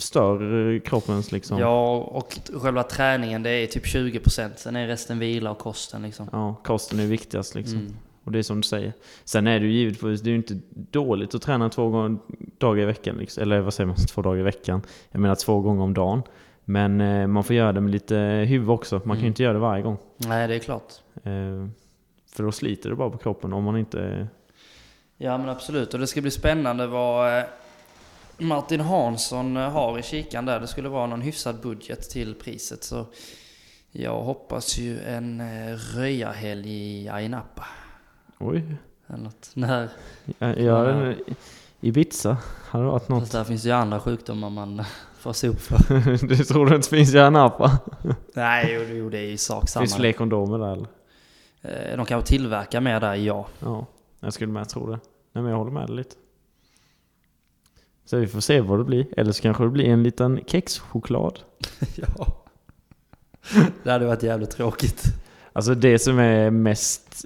[SPEAKER 2] stör eh, kroppens liksom.
[SPEAKER 1] Ja, och själva träningen det är typ 20% sen är resten vila och kosten liksom.
[SPEAKER 2] Ja, kosten är viktigast liksom.
[SPEAKER 1] Mm.
[SPEAKER 2] Och det är som du säger. Sen är det ju givetvis, det är ju inte dåligt att träna två gånger, dagar i veckan. Liksom. Eller vad säger man, två dagar i veckan? Jag menar två gånger om dagen. Men eh, man får göra det med lite huvud också. Man kan
[SPEAKER 1] Mm.
[SPEAKER 2] ju inte göra det varje gång.
[SPEAKER 1] Nej, det är klart.
[SPEAKER 2] Eh, för då sliter det bara på kroppen om man inte...
[SPEAKER 1] Ja men absolut, och det ska bli spännande vad eh, Martin Hansson eh, har i kikan där. Det skulle vara någon hyfsad budget till priset. Så jag hoppas ju en eh, röjarhelg i Aina Napa.
[SPEAKER 2] Oj.
[SPEAKER 1] Eller något. När,
[SPEAKER 2] Jag, jag, Ibiza hade varit något.
[SPEAKER 1] fast där finns ju andra sjukdomar man får se upp för.
[SPEAKER 2] du tror det inte finns i Anapa?
[SPEAKER 1] Nej, jo, jo det är ju sak samma.
[SPEAKER 2] Finns fler kondomer där eller?
[SPEAKER 1] Eh, De kanske tillverkar mer där, ja.
[SPEAKER 2] Ja, jag skulle med tro det. Nej men jag håller med dig lite. Så vi får se vad det blir. Eller så kanske det blir en liten kexchoklad.
[SPEAKER 1] ja. Det hade varit jävligt tråkigt.
[SPEAKER 2] Alltså det som är mest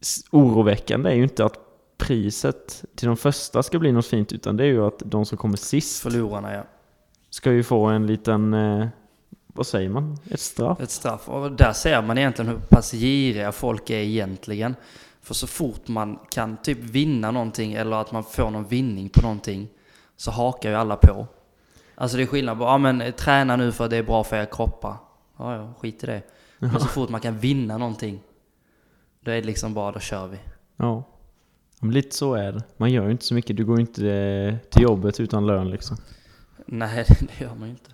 [SPEAKER 2] s- oroväckande är ju inte att priset till de första ska bli något fint utan det är ju att de som kommer sist
[SPEAKER 1] Förlorarna, ja.
[SPEAKER 2] ska ju få en liten, eh, vad säger man, ett straff.
[SPEAKER 1] Ett straff. Och där ser man egentligen hur pass giriga folk är egentligen. För så fort man kan typ vinna någonting eller att man får någon vinning på någonting så hakar ju alla på. Alltså det är skillnad på, ja men eh, träna nu för att det är bra för era kroppar. Ja, ja, skit i det. Men så fort man kan vinna någonting, då är det liksom bara, då kör vi.
[SPEAKER 2] Ja. Men lite så är det. Man gör ju inte så mycket. Du går ju inte eh, till jobbet utan lön liksom.
[SPEAKER 1] Nej, det gör man ju inte.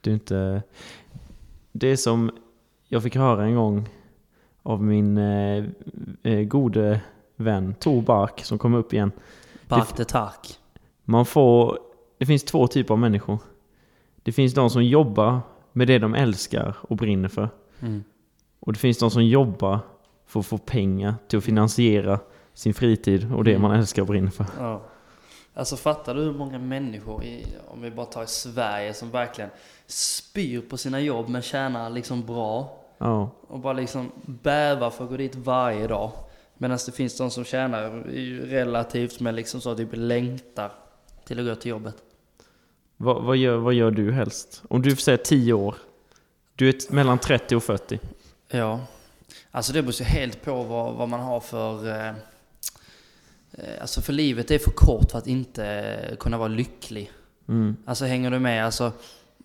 [SPEAKER 2] Det är inte... Det är som jag fick höra en gång av min eh, eh, gode vän Tor Bark som kom upp igen.
[SPEAKER 1] Baf det tack.
[SPEAKER 2] Man får... Det finns två typer av människor. Det finns de som jobbar med det de älskar och brinner för.
[SPEAKER 1] Mm.
[SPEAKER 2] Och det finns de som jobbar för att få pengar till att finansiera sin fritid och det
[SPEAKER 1] Mm.
[SPEAKER 2] man älskar och brinner för.
[SPEAKER 1] Ja. Alltså fattar du hur många människor, i, om vi bara tar i Sverige, som verkligen spyr på sina jobb men tjänar liksom bra.
[SPEAKER 2] Ja.
[SPEAKER 1] Och bara liksom bävar för att gå dit varje dag. Medan det finns de som tjänar ju relativt men liksom så typ längtar till att gå till jobbet.
[SPEAKER 2] Vad, vad, gör, vad gör du helst? Om du får säga 10 år. Du är t- mellan 30 och 40.
[SPEAKER 1] Ja. Alltså det beror ju helt på vad, vad man har för... Eh, eh, alltså för livet är för kort för att inte eh, kunna vara lycklig.
[SPEAKER 2] Mm.
[SPEAKER 1] Alltså hänger du med? Alltså,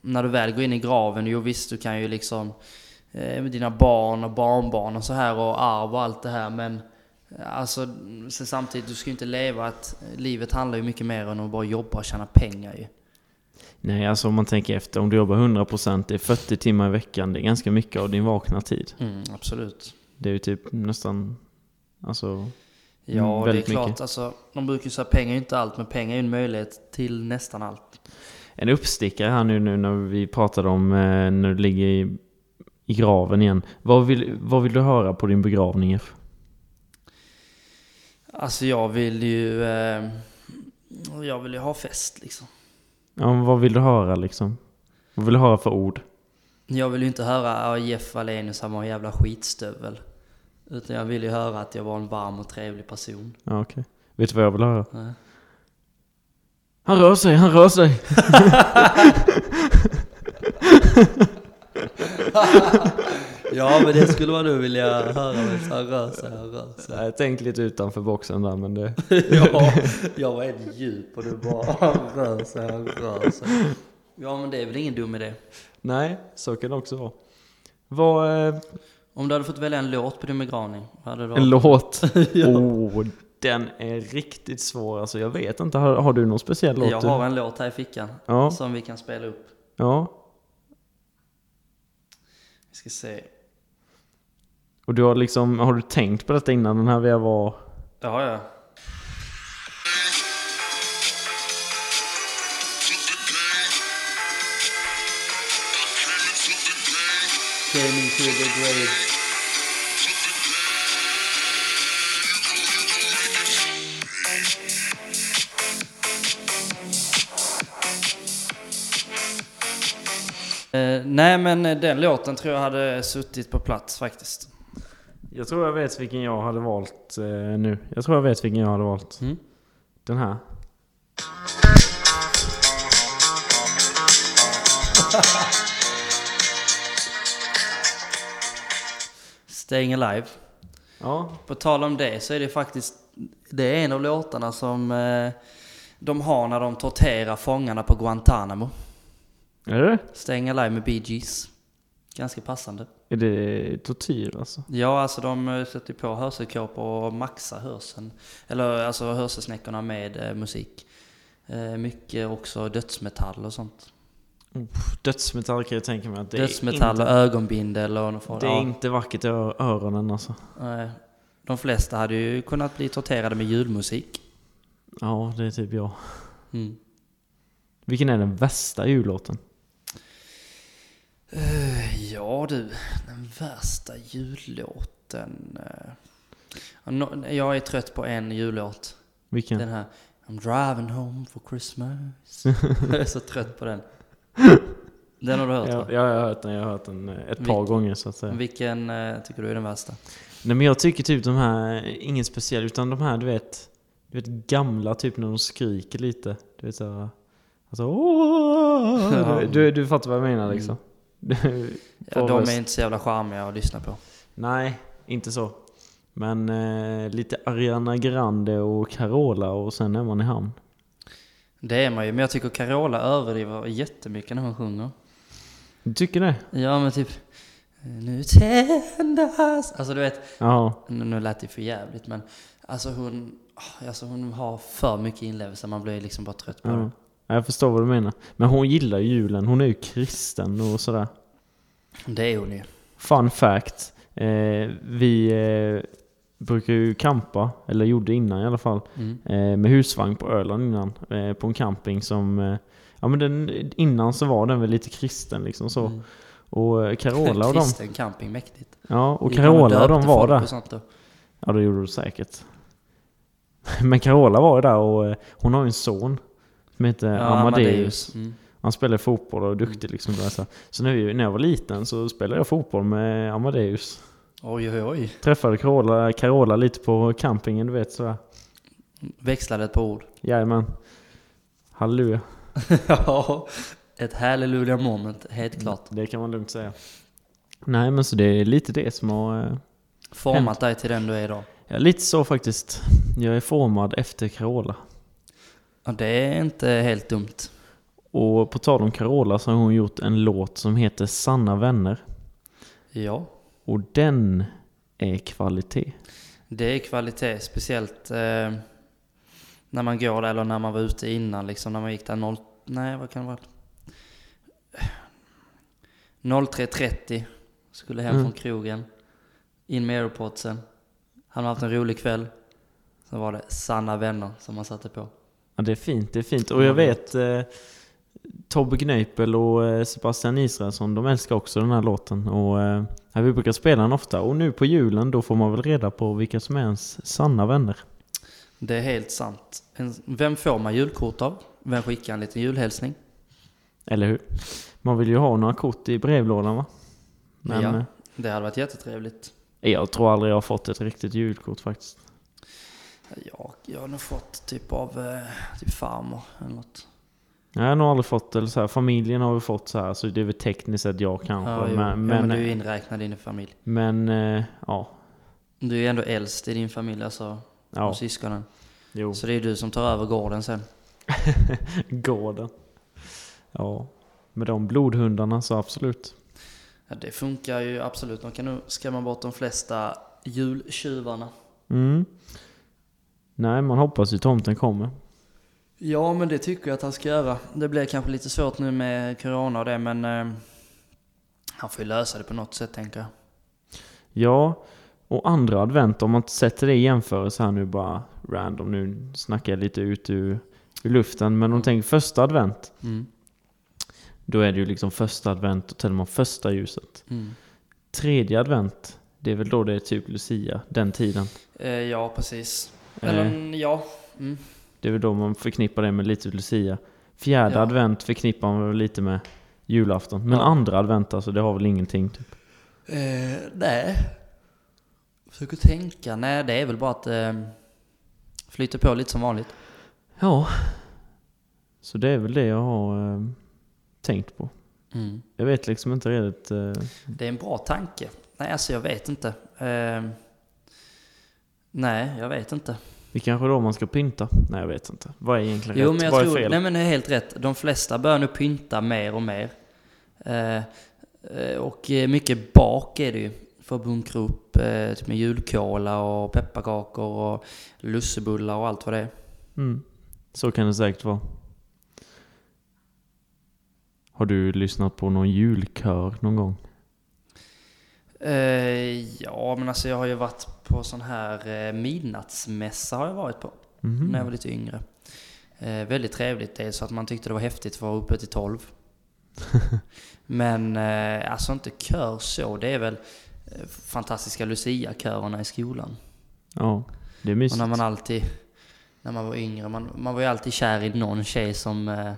[SPEAKER 1] när du väl går in i graven, jo visst du kan ju liksom eh, med dina barn och barnbarn och så här och arv och allt det här men eh, Alltså så samtidigt, du ska ju inte leva att eh, livet handlar ju mycket mer än att bara jobba och tjäna pengar ju.
[SPEAKER 2] Nej, alltså om man tänker efter. Om du jobbar 100% det är 40 timmar i veckan. Det är ganska mycket av din vakna tid.
[SPEAKER 1] Mm, absolut.
[SPEAKER 2] Det är ju typ nästan... Alltså... Mm,
[SPEAKER 1] Ja, det är
[SPEAKER 2] väldigt
[SPEAKER 1] klart
[SPEAKER 2] mycket.
[SPEAKER 1] alltså, de brukar ju säga pengar är ju inte allt men pengar är ju en möjlighet till nästan allt.
[SPEAKER 2] En uppstickare här nu, nu när vi pratade om eh, när du ligger i, i graven igen. Vad vill, vad vill du höra på din begravning? F?
[SPEAKER 1] Alltså jag vill ju... Eh, jag vill ju ha fest liksom.
[SPEAKER 2] Ja, men vad vill du höra liksom? Vad vill du höra för ord?
[SPEAKER 1] Jag vill ju inte höra att Jeff Wallenius han var en jävla skitstövel. Utan jag vill ju höra att jag var en varm och trevlig person.
[SPEAKER 2] Ja, okej. Vet du vad jag vill höra?
[SPEAKER 1] Nej.
[SPEAKER 2] Han rör sig, han rör sig!
[SPEAKER 1] Ja men det skulle man nu vilja höra medan han rör sig, han rör sig.
[SPEAKER 2] Jag tänkte lite utanför boxen där, men det...
[SPEAKER 1] Ja, jag var helt djup och du bara han rör sig, han rör sig. Ja men det är väl ingen dum idé.
[SPEAKER 2] Nej, så kan det också vara. Vad... Eh,
[SPEAKER 1] Om du hade fått välja en låt på din begravning, vad hade du
[SPEAKER 2] En
[SPEAKER 1] valt?
[SPEAKER 2] låt? oh, den är riktigt svår alltså. Jag vet inte, har, har du någon speciell låt?
[SPEAKER 1] Jag
[SPEAKER 2] du-
[SPEAKER 1] har en låt här i fickan
[SPEAKER 2] Ja,
[SPEAKER 1] som vi kan spela upp.
[SPEAKER 2] ja.
[SPEAKER 1] Vi ska se.
[SPEAKER 2] Och du har liksom, har du tänkt på detta innan den här vi var...
[SPEAKER 1] Ja ja. Came into the grave. Eh, nej men eh, den låten tror jag hade suttit på plats faktiskt.
[SPEAKER 2] Jag tror jag vet vilken jag hade valt eh, nu. Jag tror jag vet vilken jag hade valt.
[SPEAKER 1] Mm.
[SPEAKER 2] Den här.
[SPEAKER 1] Staying Alive.
[SPEAKER 2] Ja,
[SPEAKER 1] På tal om det så är det faktiskt det är en av låtarna som eh, de har när de torterar fångarna på Guantanamo.
[SPEAKER 2] är det
[SPEAKER 1] Staying Alive med Bee Gees. Ganska passande.
[SPEAKER 2] Är det tortyr alltså?
[SPEAKER 1] Ja, alltså de eh, sätter på hörselkåpor och maxar hörseln. Eller alltså hörselsnäckorna med eh, musik. Eh, mycket också dödsmetall och sånt.
[SPEAKER 2] Dödsmetall kan jag tänka mig att det
[SPEAKER 1] dödsmetall
[SPEAKER 2] är
[SPEAKER 1] och ögonbindel och något
[SPEAKER 2] inte,
[SPEAKER 1] form-
[SPEAKER 2] det är
[SPEAKER 1] ja.
[SPEAKER 2] inte vackert i ö- öronen alltså.
[SPEAKER 1] Nej. De flesta hade ju kunnat bli torterade med julmusik.
[SPEAKER 2] Ja, det är typ jag.
[SPEAKER 1] Mm.
[SPEAKER 2] Vilken är den värsta jullåten?
[SPEAKER 1] Eh, Ja du, den värsta jullåten. eh. Ja, nå- Jag är trött på en jullåt.
[SPEAKER 2] Vilken?
[SPEAKER 1] Den här I'm driving home for Christmas. jag är så trött på den. Den har du hört va?
[SPEAKER 2] jag, jag har hört den, jag har hört den eh, ett par
[SPEAKER 1] Vilken?
[SPEAKER 2] gånger så att säga.
[SPEAKER 1] Vilken eh, tycker du är den värsta?
[SPEAKER 2] Nej men jag tycker typ de här, ingen speciell, utan de här du vet, du vet gamla typ när de skriker lite. Du vet såhär, alltså åh! Du, du, du fattar vad jag menar liksom.
[SPEAKER 1] Ja,
[SPEAKER 2] Får
[SPEAKER 1] de
[SPEAKER 2] röst.
[SPEAKER 1] är inte så jävla charmiga att lyssna på.
[SPEAKER 2] Nej, inte så. Men eh, lite Ariana Grande och Carola och sen är man i hamn.
[SPEAKER 1] Det är man ju, men jag tycker Carola överdriver jättemycket när hon sjunger.
[SPEAKER 2] Du tycker det?
[SPEAKER 1] Ja men typ Nu tändas Alltså du vet,
[SPEAKER 2] Ja.
[SPEAKER 1] nu, nu lät det för jävligt men Alltså hon, ah, alltså hon har för mycket inlevelse, man blir liksom bara trött på
[SPEAKER 2] ja.
[SPEAKER 1] det.
[SPEAKER 2] Ja, Jag förstår vad du menar. Men hon gillar ju julen, hon är ju kristen och sådär.
[SPEAKER 1] Det är hon ju.
[SPEAKER 2] Fun fact. Eh, vi eh, brukar ju campa, eller gjorde innan i alla fall,
[SPEAKER 1] Mm.
[SPEAKER 2] eh, med husvagn på Öland innan. Eh, på en camping som... Eh, ja men den, innan så var den väl lite kristen liksom så.
[SPEAKER 1] Mm.
[SPEAKER 2] Och eh, Carola och dem,
[SPEAKER 1] Kristen camping, mäktigt.
[SPEAKER 2] ja, och
[SPEAKER 1] Gick man
[SPEAKER 2] Carola och
[SPEAKER 1] döpte
[SPEAKER 2] dem var
[SPEAKER 1] folk
[SPEAKER 2] där. Eh,
[SPEAKER 1] och sånt då?
[SPEAKER 2] Ja det gjorde du säkert. Men Carola var ju där och eh, hon har ju en son. Som heter
[SPEAKER 1] Ja,
[SPEAKER 2] Amadeus.
[SPEAKER 1] Mm.
[SPEAKER 2] Han spelar fotboll och är duktig liksom. Så här. Så när, vi, när jag var liten så spelade jag fotboll med Amadeus.
[SPEAKER 1] Oj, oj, oj.
[SPEAKER 2] Träffade Carola, Carola lite på campingen, du vet sådär.
[SPEAKER 1] Växlade ett par ord.
[SPEAKER 2] Jajamän. Halleluja.
[SPEAKER 1] ja, ett halleluja moment, helt klart.
[SPEAKER 2] Det kan man lugnt säga. Nej men så det är lite det som har... eh,
[SPEAKER 1] Format dig till den du är idag.
[SPEAKER 2] Ja, lite så faktiskt. Jag är formad efter Carola.
[SPEAKER 1] Ja, det är inte helt dumt.
[SPEAKER 2] Och på tal om Carola så har hon gjort en låt som heter Sanna vänner.
[SPEAKER 1] Ja,
[SPEAKER 2] Och den är kvalitet.
[SPEAKER 1] det är kvalitet. Speciellt eh, när man går där eller när man var ute innan. Liksom när man gick där 0... Nej, vad kan det vara? 03.30. Skulle hem
[SPEAKER 2] Mm.
[SPEAKER 1] från krogen. In med airpodsen. Han har haft en rolig kväll. Sen var det sanna vänner som man satte på.
[SPEAKER 2] Ja, det är fint. Det är fint. Och jag vet eh, Tobbe Kneipel och eh, Sebastian Israelsson, de älskar också den här låten. Och eh, ja, vi brukar spela den ofta. Och nu på julen, då får man väl reda på vilka som är ens sanna vänner.
[SPEAKER 1] Det är helt sant. En, vem får man julkort av? Vem skickar en liten julhälsning?
[SPEAKER 2] Eller hur? Man vill ju ha några kort i brevlådan va? Men
[SPEAKER 1] Ja.
[SPEAKER 2] eh,
[SPEAKER 1] Det hade varit jättetrevligt.
[SPEAKER 2] jag tror aldrig jag har fått ett riktigt julkort faktiskt.
[SPEAKER 1] Jag, jag har nog fått typ av eh, typ farmor eller något.
[SPEAKER 2] Jag har nog aldrig fått, eller så här, familjen har vi fått så här, så det är väl tekniskt sett jag kanske.
[SPEAKER 1] Ja, jo.
[SPEAKER 2] men,
[SPEAKER 1] ja, men
[SPEAKER 2] men, eh,
[SPEAKER 1] du är inräknad i din familj.
[SPEAKER 2] men, eh, ja.
[SPEAKER 1] Du är ju ändå äldst i din familj, alltså ja.
[SPEAKER 2] Ja,
[SPEAKER 1] och syskonen.
[SPEAKER 2] jo.
[SPEAKER 1] Så det är du som tar över gården sen.
[SPEAKER 2] Gården. Ja, med de blodhundarna så absolut.
[SPEAKER 1] Ja, det funkar ju absolut. De kan nog skrämma bort de flesta jultjuvarna.
[SPEAKER 2] Mm. Nej, man hoppas ju tomten kommer.
[SPEAKER 1] Ja, men det tycker jag att han ska göra. Det blir kanske lite svårt nu med corona och det, men eh, han får ju lösa det på något sätt, tänker jag.
[SPEAKER 2] Ja, och andra advent, om man sätter det i jämförelse här nu bara random, nu snackar jag lite ut ur, ur luften, men om man tänker första advent,
[SPEAKER 1] Mm.
[SPEAKER 2] då är det ju liksom första advent, och tänder man första ljuset.
[SPEAKER 1] Mm.
[SPEAKER 2] Tredje advent, det är väl då det är typ Lucia, den tiden.
[SPEAKER 1] Eh, ja, precis. Eller
[SPEAKER 2] Eh,
[SPEAKER 1] ja. Mm.
[SPEAKER 2] det är väl då man förknippar det med lite Lucia. Fjärde
[SPEAKER 1] Ja.
[SPEAKER 2] advent förknippar man väl lite med julafton. Men
[SPEAKER 1] Ja.
[SPEAKER 2] andra advent alltså, det har väl ingenting typ.
[SPEAKER 1] Eh, nej. Försöker tänka. Nej, det är väl bara att eh, flyta på lite som vanligt.
[SPEAKER 2] Ja. Så det är väl det jag har eh, tänkt på.
[SPEAKER 1] Mm.
[SPEAKER 2] Jag vet liksom inte redigt. Eh,
[SPEAKER 1] Det är en bra tanke. Nej, alltså jag vet inte. Eh, nej, jag vet inte.
[SPEAKER 2] det kanske är då man ska pynta? Nej jag vet inte. Vad är egentligen
[SPEAKER 1] Jo,
[SPEAKER 2] rätt?
[SPEAKER 1] men jag
[SPEAKER 2] Vad är
[SPEAKER 1] tror...
[SPEAKER 2] fel?
[SPEAKER 1] Nej, men det är helt rätt. De flesta börjar nu pynta mer och mer. Eh, eh, och eh, mycket bak är det ju. För att bunkra upp eh, typ med julkola och pepparkakor och lussebullar och allt vad det är.
[SPEAKER 2] Mm. Så kan det säkert vara. Har du lyssnat på någon julkör någon gång?
[SPEAKER 1] Eh, ja, men alltså jag har ju varit på sån här eh, midnattsmässa har jag varit på.
[SPEAKER 2] Mhm.
[SPEAKER 1] När jag var lite yngre. Eh, väldigt trevligt. Dels så att man tyckte det var häftigt för att vara uppe till 12. men eh, alltså inte kör så. Det är väl eh, fantastiska Lucia-körerna i skolan.
[SPEAKER 2] Ja, det är
[SPEAKER 1] Och
[SPEAKER 2] mysigt.
[SPEAKER 1] när man alltid, när man var yngre, man, man var ju alltid kär i någon tjej som eh,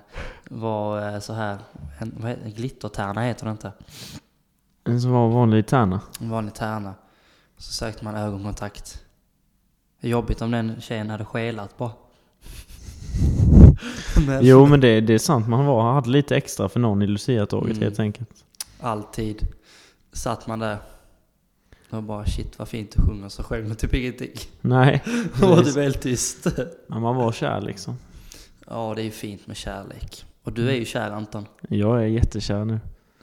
[SPEAKER 1] var eh, så här, en, vad heter, glittertärna heter det inte?
[SPEAKER 2] En som var vanlig tärna.
[SPEAKER 1] En vanlig tärna. Så sökte man ögonkontakt. Det är Jobbigt om den tjejen hade skelat bara. Men
[SPEAKER 2] Jo men det, det är sant, man var, hade lite extra för någon i Lucia-tåget
[SPEAKER 1] Mm.
[SPEAKER 2] helt enkelt.
[SPEAKER 1] alltid satt man där och bara shit vad fint du sjunger. Så sjöng man typ ingenting.
[SPEAKER 2] Nej,
[SPEAKER 1] Då var typ- det väldigt tyst.
[SPEAKER 2] men man var kär liksom.
[SPEAKER 1] Ja det är ju fint med kärlek. Och du är ju kär Anton.
[SPEAKER 2] Jag är jättekär nu.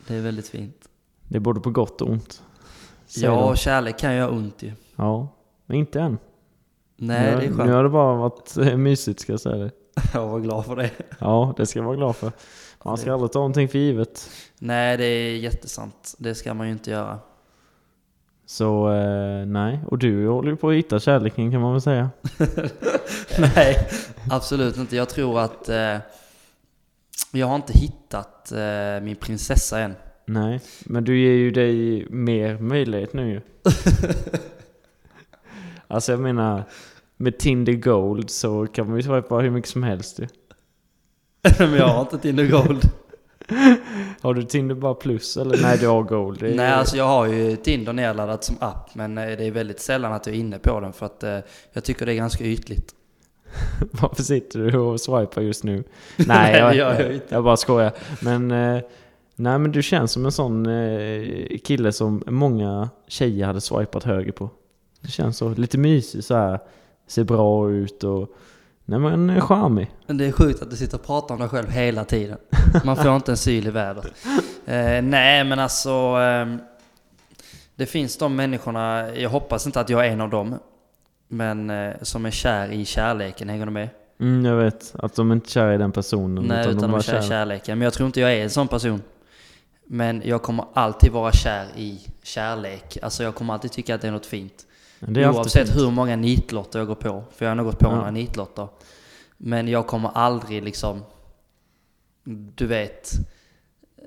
[SPEAKER 1] Det är väldigt fint.
[SPEAKER 2] Det är både på gott och ont. säger
[SPEAKER 1] Ja
[SPEAKER 2] de.
[SPEAKER 1] kärlek kan göra ont ju.
[SPEAKER 2] ja. Men inte än.
[SPEAKER 1] Nej
[SPEAKER 2] nu,
[SPEAKER 1] det är
[SPEAKER 2] nu
[SPEAKER 1] skönt.
[SPEAKER 2] har det bara varit eh, mysigt ska jag säga det.
[SPEAKER 1] Jag var glad för det.
[SPEAKER 2] Ja, det ska jag vara glad för. Man ska aldrig ta någonting för givet.
[SPEAKER 1] Nej det är jättesant. Det ska man ju inte göra.
[SPEAKER 2] Så eh, nej, och du håller ju på att hitta kärleken kan man väl säga.
[SPEAKER 1] Nej, absolut inte. Jag tror att eh, jag har inte hittat eh, min prinsessa än.
[SPEAKER 2] Nej, men du ger ju dig mer möjlighet nu ju. alltså jag menar, med Tinder Gold så kan man ju swipa hur mycket som helst ju.
[SPEAKER 1] Men jag har inte Tinder Gold.
[SPEAKER 2] Har du Tinder bara plus eller? Nej, du har Gold. Det är-
[SPEAKER 1] Nej, alltså jag har ju Tinder nedladdat som app, men eh, det är väldigt sällan att jag är inne på den för att eh, jag tycker det är ganska ytligt.
[SPEAKER 2] Varför sitter du och swipar just nu?
[SPEAKER 1] Nej,
[SPEAKER 2] Nej,
[SPEAKER 1] det
[SPEAKER 2] jag,
[SPEAKER 1] gör jag
[SPEAKER 2] jag,
[SPEAKER 1] inte.
[SPEAKER 2] bara skojar. Men, eh, nej, men du känns som en sån eh, kille som många tjejer hade swipat höger på. Du känns så, lite mysig så här. ser bra ut och nej, men, eh, charmig.
[SPEAKER 1] Men det är sjukt att du sitter och pratar om dig själv hela tiden. Man får inte en syl i vädret. Eh, nej, men alltså... ehm, det finns de människorna, jag hoppas inte att jag är en av dem, men eh, som är kär i kärleken, hänger du med?
[SPEAKER 2] Mm, jag vet att de inte är kära i den personen.
[SPEAKER 1] Nej, utan de är kär i kärleken. Men jag tror inte jag är en sån person. Men jag kommer alltid vara kär i kärlek. Alltså jag kommer alltid tycka att det är något fint.
[SPEAKER 2] Det är alltid
[SPEAKER 1] Oavsett
[SPEAKER 2] fint.
[SPEAKER 1] hur många nitlotter jag går på. För jag har nog gått på
[SPEAKER 2] Ja.
[SPEAKER 1] några nitlotter. Men jag kommer aldrig liksom... Du vet... eh,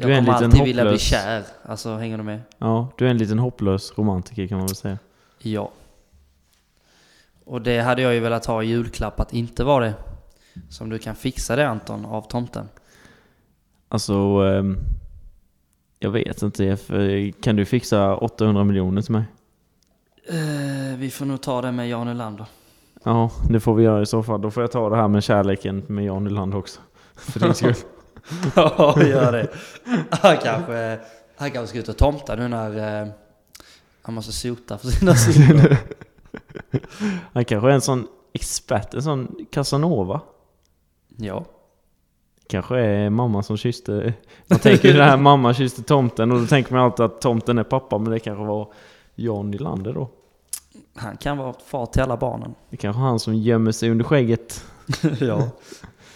[SPEAKER 1] Jag
[SPEAKER 2] Du är en
[SPEAKER 1] kommer
[SPEAKER 2] liten
[SPEAKER 1] alltid vilja bli
[SPEAKER 2] hopplös-
[SPEAKER 1] kär. Alltså hänger du med?
[SPEAKER 2] Ja, du är en liten hopplös romantiker kan man väl säga.
[SPEAKER 1] Ja. Och det hade jag ju velat ha i julklapp att inte vara det. Som du kan fixa det Anton, av tomten.
[SPEAKER 2] Alltså, ehm, jag vet inte Jeff. Eh, Kan du fixa 800 miljoner till mig?
[SPEAKER 1] Eh, vi får nog ta det med Jan Ölander.
[SPEAKER 2] Ja, det får vi göra i så fall. Då får jag ta det här med kärleken med Jan Nylander också. För din skull.
[SPEAKER 1] Ja, gör det. Han kanske, han kanske ska ut och tomta nu när eh, han måste sota för sina synder.
[SPEAKER 2] Han kanske är en sån expert, en sån Casanova.
[SPEAKER 1] Ja.
[SPEAKER 2] Kanske är mamma som kysste... Man tänker ju det här mamma kysste tomten och då tänker man alltid att tomten är pappa men det kanske var Jan Nylander då.
[SPEAKER 1] Han kan vara far till alla barnen.
[SPEAKER 2] Det kanske är han som gömmer sig under skägget.
[SPEAKER 1] ja.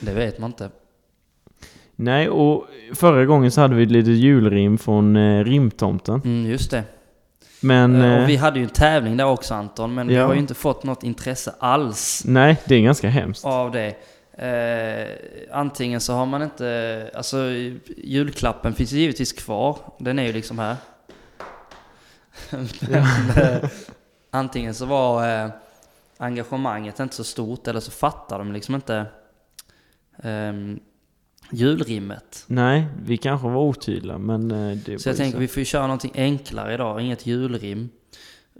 [SPEAKER 1] Det vet man inte.
[SPEAKER 2] Nej, och förra gången så hade vi lite julrim från eh, rimtomten.
[SPEAKER 1] Mm, just det.
[SPEAKER 2] Men...
[SPEAKER 1] Eh,
[SPEAKER 2] eh,
[SPEAKER 1] och vi hade ju en tävling där också Anton, men vi
[SPEAKER 2] Ja.
[SPEAKER 1] har ju inte fått något intresse alls
[SPEAKER 2] Nej, det är ganska hemskt.
[SPEAKER 1] av det. Eh, antingen så har man inte... Alltså julklappen finns ju givetvis kvar. Den är ju liksom här. Men, eh, antingen så var eh, engagemanget inte så stort eller så fattar de liksom inte ehm, julrimmet.
[SPEAKER 2] Nej, vi kanske var otydliga men... eh, Det
[SPEAKER 1] Så jag
[SPEAKER 2] var ju
[SPEAKER 1] tänker vi får ju köra någonting enklare idag, inget julrim.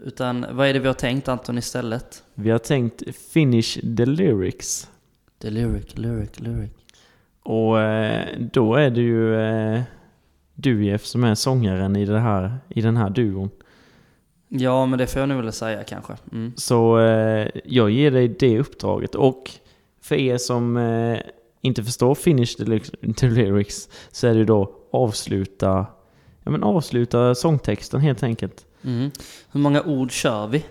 [SPEAKER 1] Utan vad är det vi har tänkt Anton istället?
[SPEAKER 2] Vi har tänkt finish the lyrics.
[SPEAKER 1] The lyric, lyric, lyric.
[SPEAKER 2] Och eh, då är det ju eh, du Jeff som är sångaren i, det här, i den här duon.
[SPEAKER 1] Ja, men det får jag nog vilja säga kanske. Mm.
[SPEAKER 2] Så eh, jag ger dig det uppdraget. Och för er som eh, inte förstår finish the, lyrics- the lyrics så är det ju då avsluta, ja, men avsluta sångtexten helt enkelt.
[SPEAKER 1] Mm. Hur många ord kör vi?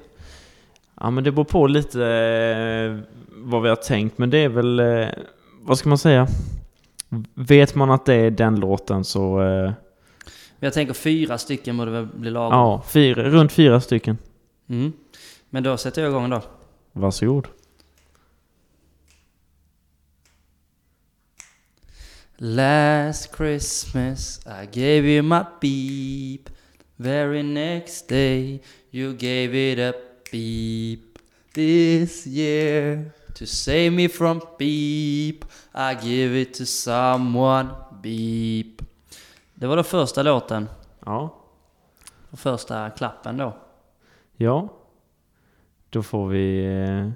[SPEAKER 2] Ja, men det beror på lite eh, vad vi har tänkt, men det är väl... Eh, vad ska man säga? Vet man att det är den låten så... Eh,
[SPEAKER 1] Men jag tänker fyra stycken borde väl bli lagom.
[SPEAKER 2] ja, fyra, runt fyra stycken.
[SPEAKER 1] Mm. Men då sätter jag igång då.
[SPEAKER 2] Varsågod.
[SPEAKER 1] Last Christmas I gave you my beep. Very next day you gave it a beep. This year to save me from beep I give it to someone beep. Det var då första låten
[SPEAKER 2] Ja.
[SPEAKER 1] och första klappen då.
[SPEAKER 2] Ja. Då får vi eh,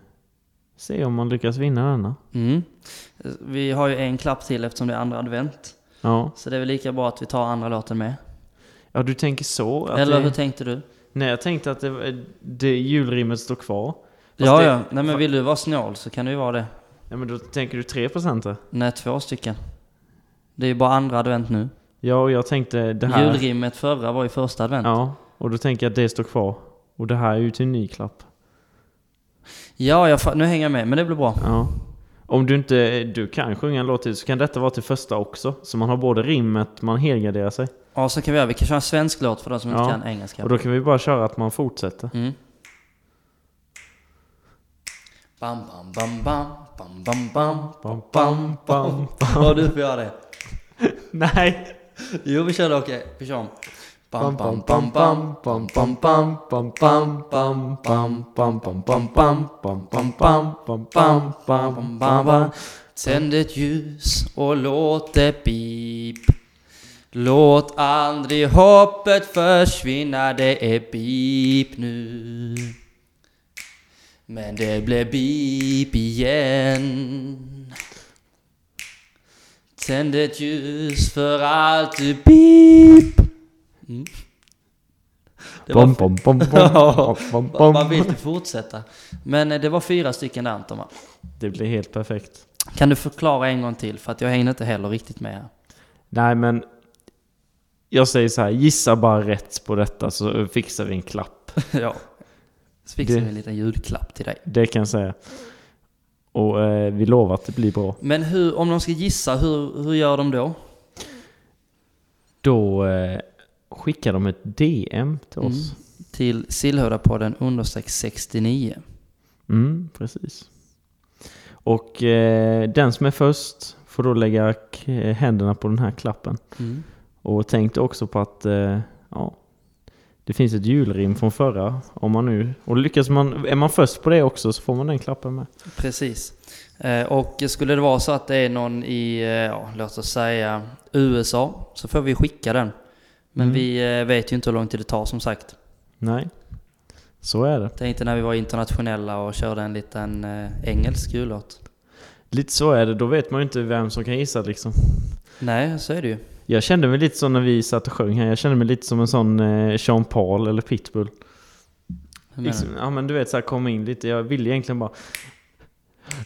[SPEAKER 2] se om man lyckas vinna denna.
[SPEAKER 1] Mm. Vi har ju en klapp till eftersom det är andra advent.
[SPEAKER 2] Ja.
[SPEAKER 1] Så det är väl lika bra att vi tar andra låten med.
[SPEAKER 2] Ja, du tänker så? Att
[SPEAKER 1] Eller
[SPEAKER 2] det,
[SPEAKER 1] hur tänkte du?
[SPEAKER 2] Nej, jag tänkte att det, det julrimmet står kvar. Fast
[SPEAKER 1] ja,
[SPEAKER 2] det,
[SPEAKER 1] ja. Nej, men vill du vara snål så kan du ju vara det.
[SPEAKER 2] Ja, men då tänker du 3% där.
[SPEAKER 1] Nej, två stycken. Det är ju bara andra advent nu.
[SPEAKER 2] Ja, och jag tänkte det här...
[SPEAKER 1] Julrimmet förra var ju första advent. Ja.
[SPEAKER 2] Ja, och då tänker jag att det står kvar. Och det här är ju till en ny klapp.
[SPEAKER 1] jag fa- nu hänger jag med, men det blir bra.
[SPEAKER 2] Ja. Om du inte du kan sjunga en låt till så kan detta vara till första också. Så man har både rimmet, man helgarderar sig.
[SPEAKER 1] Ja, så kan vi göra. Vi kan köra en svensk låt för de som
[SPEAKER 2] Ja.
[SPEAKER 1] inte kan engelska.
[SPEAKER 2] Och då kan vi bara köra att man fortsätter.
[SPEAKER 1] Mm. Bam, bam, bam, bam, bam, bam, bam,
[SPEAKER 2] Bam,
[SPEAKER 1] bam, bam. Ja, du får göra det.
[SPEAKER 2] Nej!
[SPEAKER 1] Jo, vi kör det, okej. Vi kör om. Bam, bam, bam, bam, bam, bam, bam, bam, bam, bam, bam, bam, bam, bam, bam, bam, bam, bam, bam, bam, bam, bam, bam. Tänd ett ljus och låt det pip. Låt aldrig hoppet försvinna, det är pip nu. Men det blev pip igen. Tänd ett ljus för allt du pip. Mm. Det var
[SPEAKER 2] Bom, bom, bom, bom,
[SPEAKER 1] Ja.
[SPEAKER 2] bom,
[SPEAKER 1] Man-
[SPEAKER 2] bom,
[SPEAKER 1] Man vill
[SPEAKER 2] bom.
[SPEAKER 1] inte fortsätta. Men eh, det var fyra stycken där Anton va?
[SPEAKER 2] Det blir helt perfekt.
[SPEAKER 1] Kan du förklara en gång till? För att jag hängde inte heller riktigt med här.
[SPEAKER 2] Nej, men... Jag säger så här, gissa bara rätt på detta så fixar vi en klapp.
[SPEAKER 1] ja. Så fixar
[SPEAKER 2] Det-
[SPEAKER 1] vi en liten julklapp till dig.
[SPEAKER 2] Det kan jag säga. Och eh, vi lovar att det blir bra.
[SPEAKER 1] Men hur, om de ska gissa, hur, hur gör de då?
[SPEAKER 2] Då eh, skickar de ett DM till oss.
[SPEAKER 1] Till Sillhövdapodden understreck 69.
[SPEAKER 2] Mm, precis. Och eh, den som är först får då lägga k- händerna på den här klappen.
[SPEAKER 1] Mm.
[SPEAKER 2] Och tänk då också på att eh, ja, det finns ett julrim från förra. Om man nu, och lyckas man, är man först på det också så får man den klappen med.
[SPEAKER 1] Precis. Eh, Och skulle det vara så att det är någon i, eh, ja, låt oss säga USA, så får vi skicka den. Men
[SPEAKER 2] Mm.
[SPEAKER 1] vi eh, vet ju inte hur lång tid det tar som sagt.
[SPEAKER 2] Nej, så är det.
[SPEAKER 1] Tänkte när vi var internationella och körde en liten eh, engelsk jullåt.
[SPEAKER 2] Lite så är det, då vet man ju inte vem som kan gissa liksom.
[SPEAKER 1] Nej, så är det ju.
[SPEAKER 2] Jag kände mig lite som när vi satt och sjöng här, jag kände mig lite som en sån eh, Sean Paul eller Pitbull.
[SPEAKER 1] Hur menar
[SPEAKER 2] Liksom,
[SPEAKER 1] du?
[SPEAKER 2] ja men du vet så här, kom in lite, jag ville egentligen bara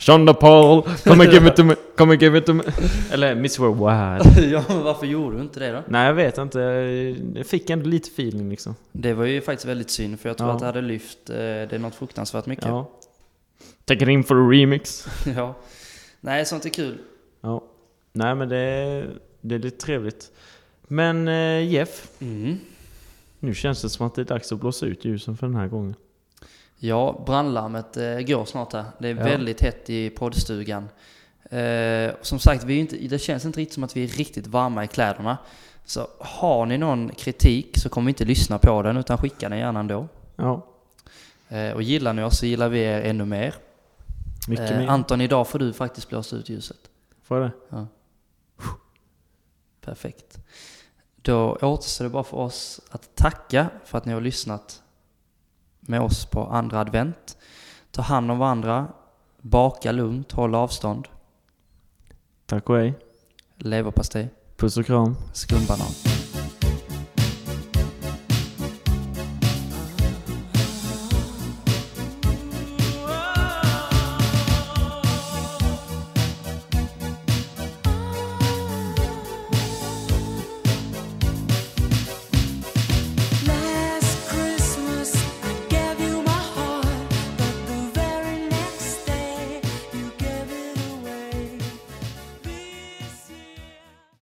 [SPEAKER 2] Sean Paul, come and give it to me, come and give it to me. Eller Miss Worldwide.
[SPEAKER 1] ja, men varför gjorde du inte det då?
[SPEAKER 2] Nej jag vet inte, jag fick ändå lite feeling liksom.
[SPEAKER 1] Det var ju faktiskt väldigt synd, för jag tror
[SPEAKER 2] Ja.
[SPEAKER 1] att det hade lyft eh, det något fruktansvärt mycket. Ja.
[SPEAKER 2] Ja. Take it in for a remix.
[SPEAKER 1] Nej, sånt är kul.
[SPEAKER 2] Ja. Nej men det, det är lite trevligt. Men eh, Jeff,
[SPEAKER 1] Mm.
[SPEAKER 2] nu känns det som att det är dags att blåsa ut ljusen för den här gången.
[SPEAKER 1] Ja, brandlarmet eh, går snart här. Det är
[SPEAKER 2] Ja.
[SPEAKER 1] väldigt hett i poddstugan. Eh, som sagt, vi är ju inte, det känns inte riktigt som att vi är riktigt varma i kläderna. Så har ni någon kritik så kommer vi inte lyssna på den, utan skicka den gärna ändå.
[SPEAKER 2] Ja,
[SPEAKER 1] Eh, och gillar ni oss så gillar vi er ännu mer.
[SPEAKER 2] mycket
[SPEAKER 1] Eh,
[SPEAKER 2] mer.
[SPEAKER 1] Anton, idag får du faktiskt blåsa ut ljuset.
[SPEAKER 2] Får jag det?
[SPEAKER 1] Perfekt. Då återstår det bara för oss att tacka för att ni har lyssnat med oss på andra advent. Ta hand om varandra, baka lugnt, håll avstånd,
[SPEAKER 2] Tack och hej.
[SPEAKER 1] leverpastej,
[SPEAKER 2] Puss och kram.
[SPEAKER 1] skumbanan.